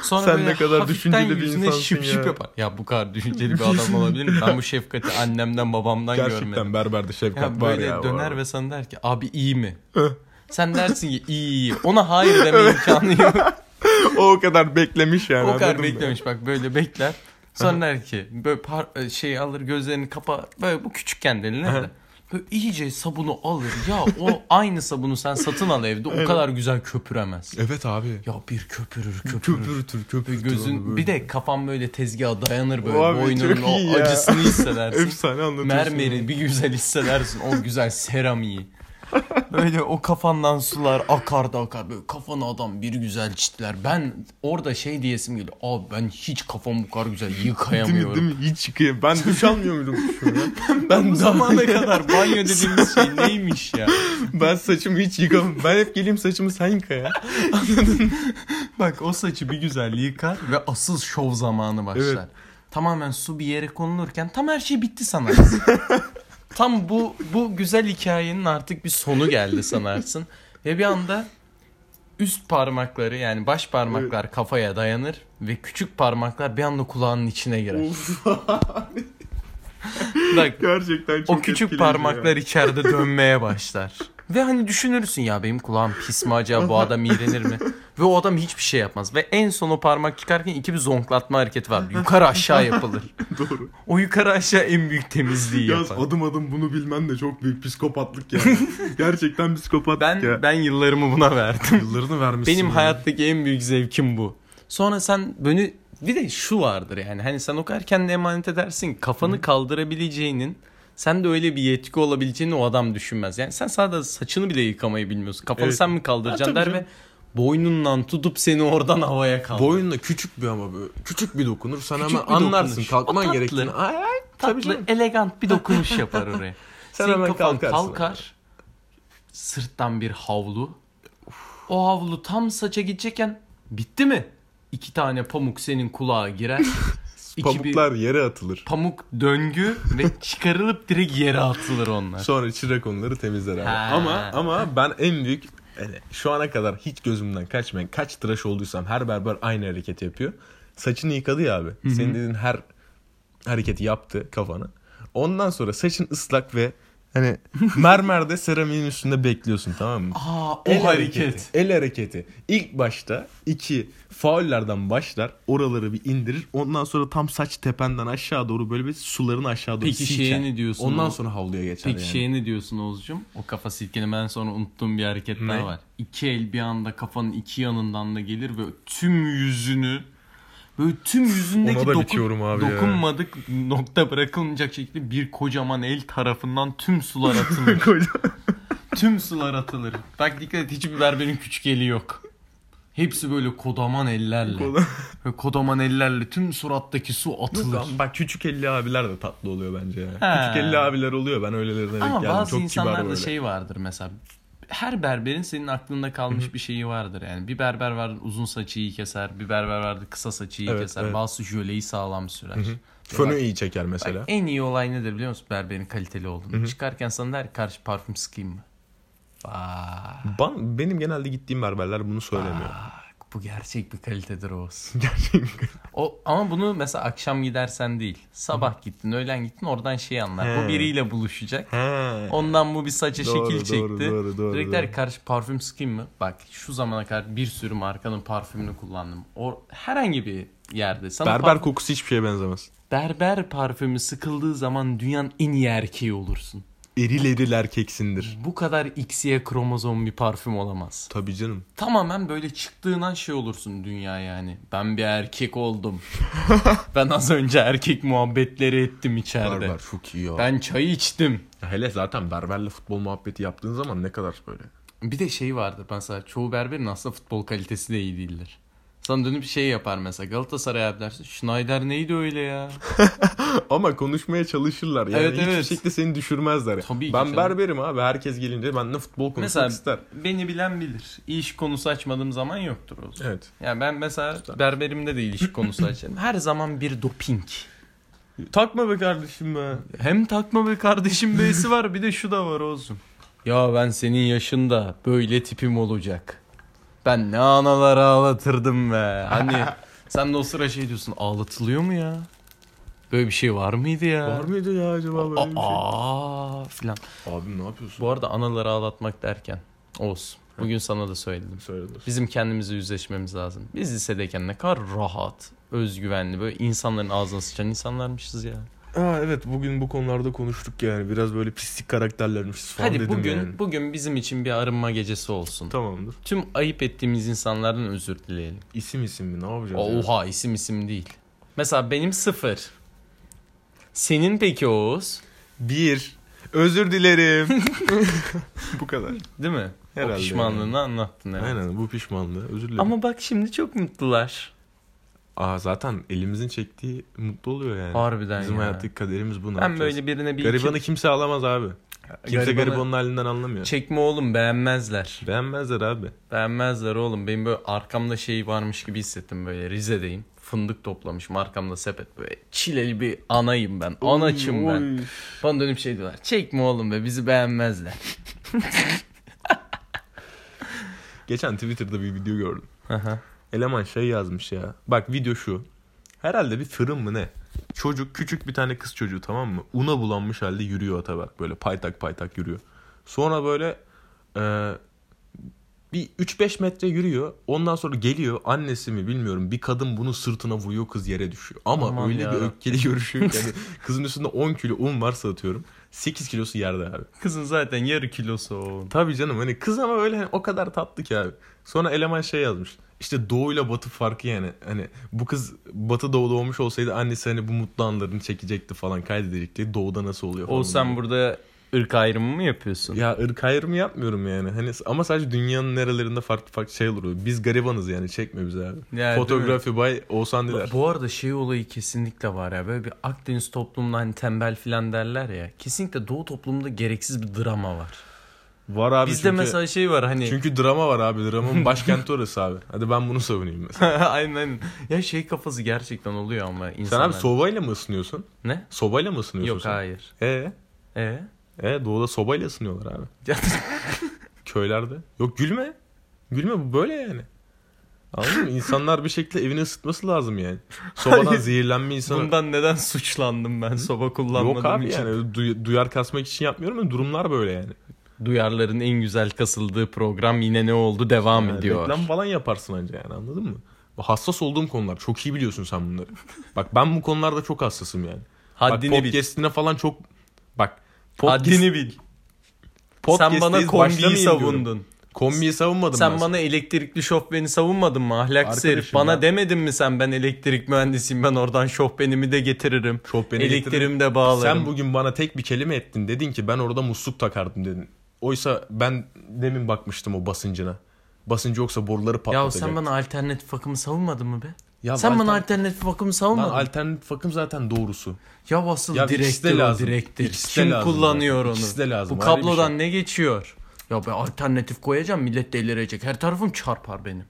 Speaker 1: Sonra
Speaker 2: Sen
Speaker 1: böyle
Speaker 2: ne kadar
Speaker 1: hafiften
Speaker 2: düşünceli bir
Speaker 1: yüzüne
Speaker 2: insansın
Speaker 1: şıp şıp
Speaker 2: ya.
Speaker 1: yapar. Ya bu kadar düşünceli bir adam olabilir mi? Ben bu şefkati annemden babamdan görmedim.
Speaker 2: Gerçekten berberde şefkat
Speaker 1: Ya
Speaker 2: var
Speaker 1: böyle
Speaker 2: ya. bu
Speaker 1: döner
Speaker 2: arada.
Speaker 1: ve sana der ki abi iyi mi? Sen dersin ki iyi iyi. Ona hayır deme imkanı yok.
Speaker 2: O kadar beklemiş yani.
Speaker 1: o kadar
Speaker 2: anladın mı?
Speaker 1: beklemiş bak böyle bekler. Sonra der ki böyle par- şey alır gözlerini kapa böyle bu küçükken denilir de. Böyle iyice sabunu alır. Ya o aynı sabunu sen satın al evde o kadar güzel köpüremez.
Speaker 2: Evet abi.
Speaker 1: Ya bir köpürür köpürür.
Speaker 2: Köpürtür köpürtür. abi
Speaker 1: Gözün
Speaker 2: böyle.
Speaker 1: bir de kafam böyle tezgaha dayanır böyle
Speaker 2: O abi
Speaker 1: boynunun
Speaker 2: çok
Speaker 1: o
Speaker 2: iyi ya.
Speaker 1: acısını hissedersin.
Speaker 2: Efsane anlatıyorsun.
Speaker 1: Mermeri bir güzel hissedersin. O güzel seramiği. Böyle o kafandan sular akar da akar. Böyle kafanı adam bir güzel çitler. Ben orada şey diyesim geliyor. Abi ben hiç kafamı bu kadar güzel
Speaker 2: Değil mi,
Speaker 1: yıkayamıyorum.
Speaker 2: değil mi? Hiç çıkayım. Ben duş almıyor muydum? ben,
Speaker 1: Bu zamana kadar banyo dediğimiz şey neymiş ya?
Speaker 2: Ben saçımı hiç yıkamam. Ben hep geleyim saçımı sen yıka ya.
Speaker 1: Bak o saçı bir güzel yıkar ve asıl şov zamanı başlar.
Speaker 2: Evet.
Speaker 1: Tamamen su bir yere konulurken tam her şey bitti sanarsın. tam bu bu güzel hikayenin artık bir sonu geldi sanarsın. ve bir anda üst parmakları yani baş parmaklar kafaya dayanır ve küçük parmaklar bir anda kulağının içine girer. Bak
Speaker 2: Gerçekten çok
Speaker 1: o küçük
Speaker 2: etkileyici
Speaker 1: parmaklar
Speaker 2: ya.
Speaker 1: içeride dönmeye başlar. Ve hani düşünürsün ya benim kulağım pis mi acaba bu adam iğrenir mi? Ve o adam hiçbir şey yapmaz. Ve en son o parmak çıkarken iki bir zonklatma hareketi var. Yukarı aşağı yapılır.
Speaker 2: Doğru.
Speaker 1: O yukarı aşağı en büyük temizliği
Speaker 2: Yaz
Speaker 1: yapar.
Speaker 2: adım adım bunu bilmen de çok büyük psikopatlık yani. Gerçekten psikopatlık
Speaker 1: Ben
Speaker 2: ya.
Speaker 1: ben yıllarımı buna verdim.
Speaker 2: Yıllarını vermişsin.
Speaker 1: Benim
Speaker 2: ya.
Speaker 1: hayattaki en büyük zevkim bu. Sonra sen beni bir de şu vardır yani hani sen o kadar kendine emanet edersin ki kafanı kaldırabileceğinin sen de öyle bir yetki olabileceğini o adam düşünmez. Yani sen sadece saçını bile yıkamayı bilmiyorsun. Kafanı
Speaker 2: Evet.
Speaker 1: sen mi
Speaker 2: Ha,
Speaker 1: kaldıracaksın
Speaker 2: tabii
Speaker 1: der ve
Speaker 2: canım.
Speaker 1: boynundan tutup seni oradan havaya kaldır.
Speaker 2: Boyunla küçük bir ama böyle. Küçük bir dokunur. Sen
Speaker 1: Küçük
Speaker 2: hemen
Speaker 1: bir dokunuş.
Speaker 2: anlarsın
Speaker 1: O tatlı.
Speaker 2: kalkman gerektiğini. Ay, ay, tabii
Speaker 1: Tatlı,
Speaker 2: canım.
Speaker 1: elegant bir dokunuş yapar oraya.
Speaker 2: Sen
Speaker 1: Senin
Speaker 2: hemen
Speaker 1: kafan
Speaker 2: kalkarsın.
Speaker 1: kalkar. Sırttan bir havlu. O havlu tam saça gidecekken bitti mi? İki tane pamuk senin kulağa girer. İki bir-
Speaker 2: Pamuklar yere atılır.
Speaker 1: pamuk döngü ve çıkarılıp direkt yere atılır onlar.
Speaker 2: Sonra çırak onları temizler abi.
Speaker 1: Ha.
Speaker 2: Ama ama ben en büyük yani şu ana kadar hiç gözümden kaçmayan kaç tıraş olduysam her berber aynı hareketi yapıyor. Saçını yıkadı ya abi. Senin dediğin her hareketi yaptı kafana. Ondan sonra saçın ıslak ve hani mermerde seramiğin üstünde bekliyorsun tamam mı?
Speaker 1: Aa o
Speaker 2: El
Speaker 1: hareket.
Speaker 2: El hareketi. İlk başta iki faullerden başlar. Oraları bir indirir. Ondan sonra tam saç tependen aşağı doğru böyle bir suların aşağı doğru
Speaker 1: Peki şeye
Speaker 2: silker.
Speaker 1: ne diyorsun?
Speaker 2: Ondan
Speaker 1: O-
Speaker 2: sonra havluya geçer
Speaker 1: Peki
Speaker 2: yani.
Speaker 1: şeye ne diyorsun Oğuzcum? O kafa silkelemeden sonra unuttuğum bir hareket
Speaker 2: Ne?
Speaker 1: daha var. İki el bir anda kafanın iki yanından da gelir ve tüm yüzünü böyle tüm yüzündeki
Speaker 2: Ona da
Speaker 1: dokun-
Speaker 2: bitiyorum abi ya.
Speaker 1: dokunmadık nokta bırakılmayacak şekilde bir kocaman el tarafından tüm sular atılır. tüm sular atılır. Bak dikkat et hiçbir berberin küçük eli yok. Hepsi böyle kodaman ellerle.
Speaker 2: Kodaman.
Speaker 1: Ve kodaman ellerle tüm surattaki su atılır.
Speaker 2: Yok ama bak küçük elli abiler de tatlı oluyor bence. ya.
Speaker 1: He.
Speaker 2: Küçük elli abiler oluyor. Ben öylelerine denk
Speaker 1: Ama
Speaker 2: geldim.
Speaker 1: bazı
Speaker 2: Çok kibar
Speaker 1: insanlarda
Speaker 2: böyle.
Speaker 1: şey vardır mesela. Her berberin senin aklında kalmış bir şeyi vardır yani. Bir berber vardır uzun saçı iyi keser, bir berber vardır kısa saçı iyi
Speaker 2: Evet,
Speaker 1: keser.
Speaker 2: evet.
Speaker 1: Bazısı jöleyi sağlam sürer.
Speaker 2: Fönü iyi çeker
Speaker 1: Bak,
Speaker 2: mesela.
Speaker 1: en iyi olay nedir biliyor musun berberin kaliteli olduğunu? Çıkarken sana der ki, karşı parfüm sıkayım mı? Bak,
Speaker 2: Ben, benim genelde gittiğim berberler bunu söylemiyor.
Speaker 1: bu gerçek bir kalitedir Oğuz. O, ama bunu mesela akşam gidersen değil. Sabah gittin, öğlen gittin oradan şey anlar.
Speaker 2: He.
Speaker 1: Bu biriyle buluşacak.
Speaker 2: He.
Speaker 1: Ondan bu bir saça
Speaker 2: Doğru,
Speaker 1: şekil çekti.
Speaker 2: doğru, doğru, doğru,
Speaker 1: Direkt
Speaker 2: doğru.
Speaker 1: der ki, karşı parfüm sıkayım mı? Bak şu zamana kadar bir sürü markanın parfümünü kullandım. O herhangi bir yerde sana
Speaker 2: Berber
Speaker 1: parfüm-
Speaker 2: kokusu hiçbir şeye benzemez.
Speaker 1: berber parfümü sıkıldığı zaman dünyanın en iyi erkeği olursun.
Speaker 2: Eril eril erkeksindir.
Speaker 1: Bu kadar X'ye kromozom bir parfüm olamaz.
Speaker 2: Tabii canım.
Speaker 1: Tamamen böyle çıktığın an şey olursun dünya yani. Ben bir erkek oldum. ben az önce erkek muhabbetleri ettim içeride.
Speaker 2: Berber çok iyi ya.
Speaker 1: Ben çayı içtim.
Speaker 2: Hele zaten berberle futbol muhabbeti yaptığın zaman ne kadar böyle.
Speaker 1: Bir de şey vardır mesela çoğu berberin aslında futbol kalitesi de iyi değildir. Sana dönüp şey yapar mesela Galatasaray abi dersin. Schneider neydi öyle ya?
Speaker 2: Ama konuşmaya çalışırlar. Yani
Speaker 1: Evet,
Speaker 2: hiçbir
Speaker 1: evet.
Speaker 2: şekilde seni düşürmezler.
Speaker 1: Tabii ki
Speaker 2: ben
Speaker 1: canım.
Speaker 2: berberim abi. Herkes gelince benimle futbol konuşmak
Speaker 1: mesela
Speaker 2: ister.
Speaker 1: beni bilen bilir. İş konusu açmadığım zaman yoktur o zaman.
Speaker 2: Evet.
Speaker 1: Ya ben mesela berberimde de ilişki konusu açarım. Her zaman bir doping.
Speaker 2: Takma be kardeşim be.
Speaker 1: Hem takma be kardeşim beysi var bir de şu da var olsun. Ya ben senin yaşında böyle tipim olacak. Ben ne analar ağlatırdım be. Hani sen de o sıra şey diyorsun ağlatılıyor mu ya? Böyle bir şey var mıydı ya?
Speaker 2: Var mıydı ya acaba böyle bir şey?
Speaker 1: Aa filan.
Speaker 2: Abi ne yapıyorsun?
Speaker 1: Bu arada analar ağlatmak derken Oğuz bugün sana da söyledim.
Speaker 2: Söyledim.
Speaker 1: Bizim kendimizi yüzleşmemiz lazım. Biz lisedeyken ne kadar rahat, özgüvenli böyle insanların ağzına sıçan insanlarmışız ya.
Speaker 2: Aa evet bugün bu konularda konuştuk yani. Biraz böyle pislik karakterlermişiz falan
Speaker 1: Hadi
Speaker 2: dedim
Speaker 1: bugün
Speaker 2: yani.
Speaker 1: bugün bizim için bir arınma gecesi olsun.
Speaker 2: Tamamdır.
Speaker 1: Tüm ayıp ettiğimiz insanlardan özür dileyelim.
Speaker 2: İsim isim mi ne yapacağız? ya?
Speaker 1: Oha isim isim değil. Mesela benim sıfır. Senin peki Oğuz?
Speaker 2: Bir. Özür dilerim. bu kadar.
Speaker 1: Değil mi?
Speaker 2: Herhalde
Speaker 1: o pişmanlığını
Speaker 2: yani.
Speaker 1: anlattın evet.
Speaker 2: Aynen bu pişmanlığı. Özür dilerim.
Speaker 1: Ama bak şimdi çok mutlular.
Speaker 2: Aa zaten elimizin çektiği mutlu oluyor yani.
Speaker 1: Harbiden
Speaker 2: Bizim
Speaker 1: ya.
Speaker 2: hayattaki kaderimiz bu. ne
Speaker 1: Ben
Speaker 2: yapacağız?
Speaker 1: böyle birine bir
Speaker 2: Garibanı
Speaker 1: iki-
Speaker 2: kimse alamaz abi. Kimse
Speaker 1: Garibanı-
Speaker 2: garibanın halinden anlamıyor.
Speaker 1: çekme oğlum beğenmezler.
Speaker 2: Beğenmezler abi.
Speaker 1: Beğenmezler oğlum. Benim böyle arkamda şey varmış gibi hissettim böyle. Rize'deyim. Fındık toplamışım arkamda sepet böyle. Çileli bir anayım ben. Anaçım ben.
Speaker 2: Oy.
Speaker 1: Bana dönüp şey diyorlar. Çekme oğlum be bizi beğenmezler.
Speaker 2: Geçen Twitter'da bir video gördüm.
Speaker 1: Aha.
Speaker 2: Eleman şey yazmış ya. Bak video şu. Herhalde bir fırın mı ne? Çocuk küçük bir tane kız çocuğu tamam mı? Una bulanmış halde yürüyor ata bak böyle paytak paytak yürüyor. Sonra böyle e, bir 3-5 metre yürüyor. Ondan sonra geliyor annesi mi bilmiyorum bir kadın bunu sırtına vuruyor kız yere düşüyor. Ama
Speaker 1: Aman
Speaker 2: öyle bir
Speaker 1: yarabbim.
Speaker 2: öfkeli görüşüyor ki yani kızın üstünde 10 kilo un varsa atıyorum 8 kilosu yerde abi.
Speaker 1: Kızın zaten yarı kilosu o.
Speaker 2: Tabii canım hani kız ama öyle hani o kadar tatlı ki abi. Sonra eleman şey yazmış. İşte doğuyla batı farkı yani. Hani bu kız batı doğu doğmuş olsaydı annesi hani bu mutlu anlarını çekecekti falan kaydedecekti. Doğuda nasıl oluyor falan.
Speaker 1: Oğuz sen burada Irk ayrımı mı yapıyorsun?
Speaker 2: Ya ırk ayrımı yapmıyorum yani. Hani ama sadece dünyanın nerelerinde farklı farklı şey olur. Biz garibanız yani çekme bizi abi.
Speaker 1: Ya, değil
Speaker 2: Fotoğrafı bay Oğuzhan Diler.
Speaker 1: Bu arada şey olayı kesinlikle var ya. Böyle bir Akdeniz toplumunda hani tembel filan derler ya. Kesinlikle Doğu toplumunda gereksiz bir drama var.
Speaker 2: Var abi
Speaker 1: Bizde
Speaker 2: çünkü,
Speaker 1: mesela şey var hani.
Speaker 2: Çünkü drama var abi. Dramın başkenti orası abi. Hadi ben bunu savunayım mesela.
Speaker 1: aynen. Ya şey kafası gerçekten oluyor ama
Speaker 2: Sen
Speaker 1: insanlar.
Speaker 2: abi sobayla mı ısınıyorsun?
Speaker 1: Ne?
Speaker 2: Sobayla mı ısınıyorsun
Speaker 1: Yok
Speaker 2: sen?
Speaker 1: hayır.
Speaker 2: Ee,
Speaker 1: E?
Speaker 2: ee, doğuda sobayla ısınıyorlar abi.
Speaker 1: Ya-
Speaker 2: Köylerde. Yok gülme. Gülme bu böyle yani. Anladın mı? İnsanlar bir şekilde evini ısıtması lazım yani. Sobadan
Speaker 1: Hayır.
Speaker 2: zehirlenme insanı.
Speaker 1: Bundan neden suçlandım ben soba kullanmadığım
Speaker 2: Yok abi
Speaker 1: için?
Speaker 2: yani du- duyar kasmak için yapmıyorum ama durumlar böyle yani.
Speaker 1: Duyarların en güzel kasıldığı program yine ne oldu devam
Speaker 2: Yani
Speaker 1: ediyor.
Speaker 2: Reklam falan yaparsın anca yani anladın mı? Bu Hassas olduğum konular. Çok iyi biliyorsun sen bunları. Bak ben bu konularda çok hassasım yani.
Speaker 1: Haddini
Speaker 2: bak,
Speaker 1: bil.
Speaker 2: podcast'ine falan çok... Bak
Speaker 1: Haddini bil. Sen bana kombiyi
Speaker 2: podcast'teyiz, başlamayayım diyorum.
Speaker 1: savundun.
Speaker 2: Kombiyi savunmadım
Speaker 1: Sen
Speaker 2: ben.
Speaker 1: bana elektrikli şofbeni savunmadın mı ahlaksız
Speaker 2: Arkadaşım
Speaker 1: herif? Bana
Speaker 2: ya.
Speaker 1: demedin mi sen ben elektrik mühendisiyim ben oradan şofbenimi de getiririm.
Speaker 2: Şofbeni
Speaker 1: Elektriğimi
Speaker 2: getiririm.
Speaker 1: de bağlarım.
Speaker 2: Sen bugün bana tek bir kelime ettin. Dedin ki ben orada musluk takardım dedin. Oysa ben demin bakmıştım o basıncına. Basıncı yoksa boruları
Speaker 1: ya
Speaker 2: patlatacak.
Speaker 1: sen bana alternatif akımı savunmadın mı be?
Speaker 2: Ya
Speaker 1: sen
Speaker 2: bu
Speaker 1: bana
Speaker 2: altern-
Speaker 1: alternatif akımı
Speaker 2: Lan
Speaker 1: savunmadın. mı?
Speaker 2: alternatif bakım zaten doğrusu.
Speaker 1: ya asıl
Speaker 2: Ya ikisi
Speaker 1: direktir
Speaker 2: de
Speaker 1: o
Speaker 2: lazım.
Speaker 1: direktir.
Speaker 2: İkisi de
Speaker 1: Kim
Speaker 2: lazım
Speaker 1: kullanıyor
Speaker 2: zaten.
Speaker 1: onu?
Speaker 2: İkisi de lazım.
Speaker 1: Bu
Speaker 2: Ayrı bir şey.
Speaker 1: kablodan ne geçiyor? Ya ben alternatif koyacağım millet delirecek. Her tarafım çarpar benim.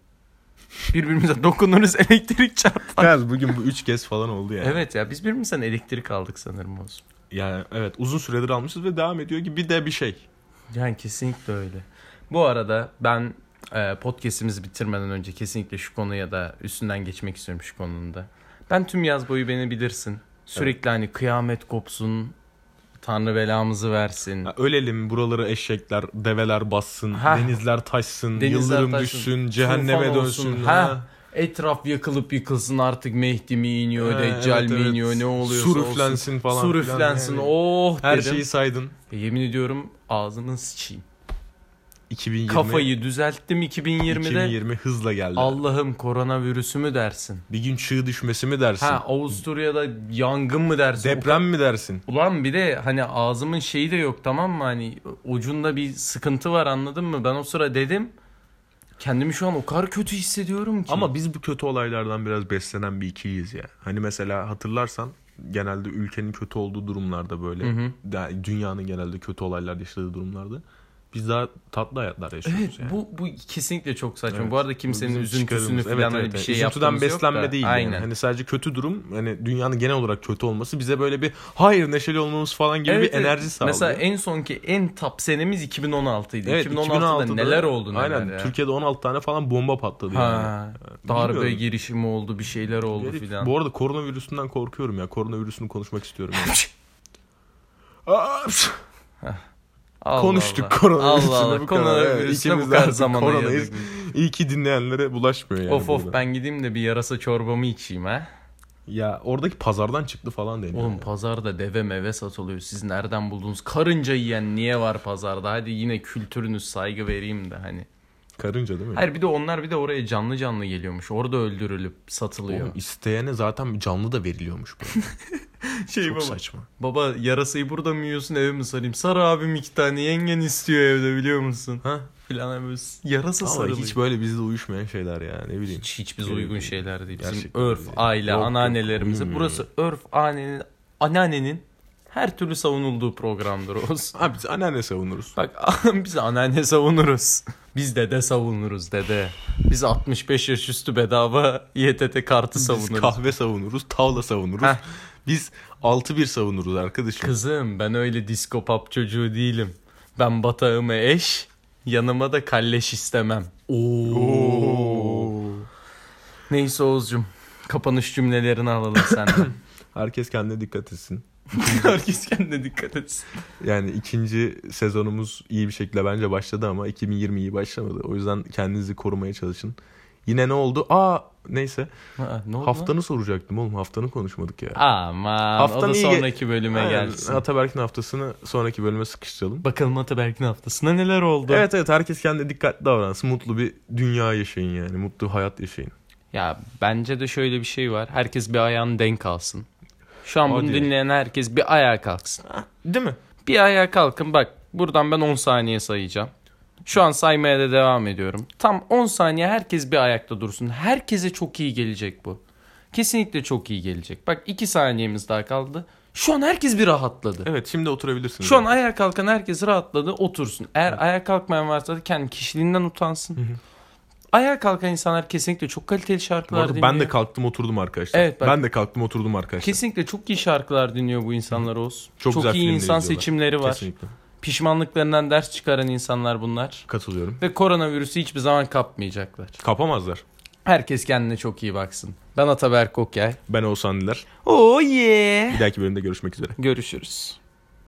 Speaker 1: Birbirimize dokunuruz elektrik çarpar.
Speaker 2: Yalnız bugün bu 3 kez falan oldu yani.
Speaker 1: Evet ya biz birbirimizden elektrik aldık sanırım olsun.
Speaker 2: Yani evet uzun süredir almışız ve devam ediyor ki bir de bir şey.
Speaker 1: Yani kesinlikle öyle. Bu arada ben e, podcast'imizi bitirmeden önce kesinlikle şu konuya da üstünden geçmek istiyorum şu konunun da. Ben tüm yaz boyu beni bilirsin. Sürekli hani kıyamet kopsun, Tanrı belamızı versin.
Speaker 2: Ya ölelim buraları eşekler, develer bassın,
Speaker 1: Ha.
Speaker 2: denizler taşsın,
Speaker 1: Denizler
Speaker 2: yıldırım
Speaker 1: taşsın,
Speaker 2: düşsün, cehenneme
Speaker 1: tufan
Speaker 2: dönsün.
Speaker 1: olsun.
Speaker 2: Ha.
Speaker 1: Ha. Etraf yakılıp yıkılsın artık Mehdi mi iniyor,
Speaker 2: Ha,
Speaker 1: Deccal
Speaker 2: Ee, evet,
Speaker 1: mi
Speaker 2: evet.
Speaker 1: iniyor, ne oluyorsa
Speaker 2: Sur
Speaker 1: olsun.
Speaker 2: üflensin falan
Speaker 1: Sur
Speaker 2: filan
Speaker 1: üflensin,
Speaker 2: yani.
Speaker 1: oh
Speaker 2: Her
Speaker 1: dedim.
Speaker 2: şeyi saydın.
Speaker 1: Ve Yemin ediyorum ağzını sıçayım.
Speaker 2: 2020,
Speaker 1: Kafayı düzelttim 2020'de.
Speaker 2: 2020 hızla geldi.
Speaker 1: Allah'ım koronavirüsü mü dersin?
Speaker 2: Bir gün çığ düşmesi mi dersin?
Speaker 1: Ha Avusturya'da yangın mı dersin?
Speaker 2: Deprem mi dersin?
Speaker 1: Ulan bir de hani ağzımın şeyi de yok tamam mı? Hani ucunda bir sıkıntı var anladın mı? Ben o sıra dedim. Kendimi şu an o kadar kötü hissediyorum ki.
Speaker 2: Ama biz bu kötü olaylardan biraz beslenen bir ikiliyiz ya. Hani mesela hatırlarsan genelde ülkenin kötü olduğu durumlarda böyle yani dünyanın genelde kötü olaylar yaşadığı durumlarda biz daha tatlı hayatlar yaşıyoruz
Speaker 1: Evet,
Speaker 2: yani.
Speaker 1: bu bu kesinlikle çok saçma.
Speaker 2: şey. Evet.
Speaker 1: Bu arada kimsenin
Speaker 2: Bizim
Speaker 1: üzüntüsünü
Speaker 2: çıkarımız-
Speaker 1: falan
Speaker 2: evet,
Speaker 1: hani
Speaker 2: evet,
Speaker 1: bir
Speaker 2: evet.
Speaker 1: şey
Speaker 2: Üzüntüden
Speaker 1: yaptığımız
Speaker 2: beslenme
Speaker 1: yok da.
Speaker 2: değil
Speaker 1: Aynen.
Speaker 2: yani. Hani sadece kötü durum hani dünyanın genel olarak kötü olması bize böyle bir hayır neşeli olmamız falan gibi
Speaker 1: Evet,
Speaker 2: bir
Speaker 1: evet.
Speaker 2: enerji sağlıyor.
Speaker 1: Mesela en sonki en top senemiz 2016 idi.
Speaker 2: Evet,
Speaker 1: 2016'da, neler oldu neler
Speaker 2: Aynen
Speaker 1: ya.
Speaker 2: Türkiye'de 16 tane falan bomba patladı yani.
Speaker 1: ha, darbe
Speaker 2: Bilmiyorum.
Speaker 1: girişimi oldu, bir şeyler oldu
Speaker 2: Herif,
Speaker 1: filan.
Speaker 2: Bu arada koronavirüsünden korkuyorum ya. Koronavirüsünü konuşmak istiyorum. Yani. Aa, püf.
Speaker 1: Allah
Speaker 2: Konuştuk
Speaker 1: Allah.
Speaker 2: koronavirüsüne
Speaker 1: Allah Allah.
Speaker 2: bu kadar.
Speaker 1: Koronavirüsüne
Speaker 2: İkimiz
Speaker 1: bu
Speaker 2: de
Speaker 1: kadar
Speaker 2: artık
Speaker 1: zamana
Speaker 2: koronayız.
Speaker 1: yayıldık.
Speaker 2: İyi ki dinleyenlere bulaşmıyor yani.
Speaker 1: of of
Speaker 2: burada.
Speaker 1: ben gideyim de bir yarasa çorbamı içeyim ha.
Speaker 2: Ya oradaki pazardan çıktı falan deniyor.
Speaker 1: Oğlum pazarda deve meve satılıyor. Siz nereden buldunuz? Karınca yiyen niye var pazarda? Hadi yine kültürünüz saygı vereyim de hani.
Speaker 2: Karınca değil mi?
Speaker 1: Hayır bir de onlar bir de oraya canlı canlı geliyormuş. Orada öldürülüp satılıyor.
Speaker 2: Oğlum isteyene zaten canlı da veriliyormuş. bu.
Speaker 1: şey
Speaker 2: Çok saçma.
Speaker 1: Baba yarasayı burada mı yiyorsun eve mi sarayım? Sar abim iki tane yengen istiyor evde biliyor musun?
Speaker 2: Ha?
Speaker 1: Filan böyle yarasa
Speaker 2: Ama
Speaker 1: sarılıyor.
Speaker 2: hiç böyle bizde uyuşmayan şeyler ya ne bileyim.
Speaker 1: Hiç, hiç bize uygun şeyler değil. Bizim
Speaker 2: Gerçekten
Speaker 1: örf,
Speaker 2: değil.
Speaker 1: aile,
Speaker 2: Yok, yok,
Speaker 1: anneannelerimize.
Speaker 2: uymuyor.
Speaker 1: Burası örf, annenin, anneannenin her türlü savunulduğu programdır olsun.
Speaker 2: Abi biz anneanne savunuruz.
Speaker 1: Bak biz anneanne savunuruz. Biz dede savunuruz dede. Biz 65 yaş üstü bedava YTT kartı
Speaker 2: Biz
Speaker 1: savunuruz.
Speaker 2: kahve savunuruz, tavla savunuruz.
Speaker 1: Heh.
Speaker 2: Biz 6-1 savunuruz arkadaşım.
Speaker 1: Kızım ben öyle disco pop çocuğu değilim. Ben batağıma eş, yanıma da kalleş istemem.
Speaker 2: Oo.
Speaker 1: Neyse Oğuzcum kapanış cümlelerini alalım senden.
Speaker 2: Herkes kendine dikkat etsin.
Speaker 1: Herkes kendine dikkat etsin.
Speaker 2: Yani ikinci sezonumuz iyi bir şekilde bence başladı ama 2020 iyi başlamadı. O yüzden kendinizi korumaya çalışın. Yine ne oldu? Aa neyse.
Speaker 1: Ha, ne oldu lan?
Speaker 2: Haftanı soracaktım oğlum. Haftanı konuşmadık ya.
Speaker 1: Aman
Speaker 2: Haftanın
Speaker 1: o da
Speaker 2: iyi ge-
Speaker 1: sonraki bölüme
Speaker 2: Aynen.
Speaker 1: gelsin.
Speaker 2: Ataberk'in haftasını sonraki bölüme sıkıştıralım.
Speaker 1: Bakalım Ataberk'in haftasında neler oldu?
Speaker 2: Evet evet herkes kendine dikkatli davransın. Mutlu bir dünya yaşayın yani. Mutlu hayat yaşayın.
Speaker 1: Ya bence de şöyle bir şey var. Herkes bir ayağını denk alsın. Şu an bunu
Speaker 2: Hadi.
Speaker 1: dinleyen herkes bir ayağa kalksın.
Speaker 2: Değil mi?
Speaker 1: Bir Bir ayağa kalkın bak buradan ben 10 saniye sayacağım. Şu an saymaya da devam ediyorum. Tam 10 saniye herkes bir ayakta dursun. Herkese çok iyi gelecek bu. Kesinlikle çok iyi gelecek. Bak 2 saniyemiz daha kaldı. Şu an herkes bir rahatladı.
Speaker 2: Evet şimdi oturabilirsiniz.
Speaker 1: Şu an ayağa kalkan herkes rahatladı otursun. Eğer ayağa kalkmayan varsa da kendi kişiliğinden utansın. ayağa kalkan insanlar kesinlikle çok kaliteli
Speaker 2: Bu
Speaker 1: şarkılar
Speaker 2: arada
Speaker 1: dinliyor.
Speaker 2: ben de kalktım oturdum arkadaşlar.
Speaker 1: Evet, bak-
Speaker 2: ben de kalktım oturdum arkadaşlar.
Speaker 1: Kesinlikle çok iyi şarkılar dinliyor bu insanlar olsun.
Speaker 2: Çok
Speaker 1: Çok,
Speaker 2: güzel
Speaker 1: iyi
Speaker 2: filmleri
Speaker 1: insan
Speaker 2: izliyorlar.
Speaker 1: seçimleri var.
Speaker 2: Kesinlikle.
Speaker 1: Pişmanlıklarından ders çıkaran insanlar bunlar.
Speaker 2: Katılıyorum.
Speaker 1: Ve koronavirüsü hiçbir zaman kapmayacaklar.
Speaker 2: Kapamazlar.
Speaker 1: Herkes kendine çok iyi baksın. Ben Ataberk Okyay.
Speaker 2: Ben Oğuzhan Diler.
Speaker 1: Oh yeah.
Speaker 2: Bir dahaki bölümde görüşmek üzere.
Speaker 1: Görüşürüz.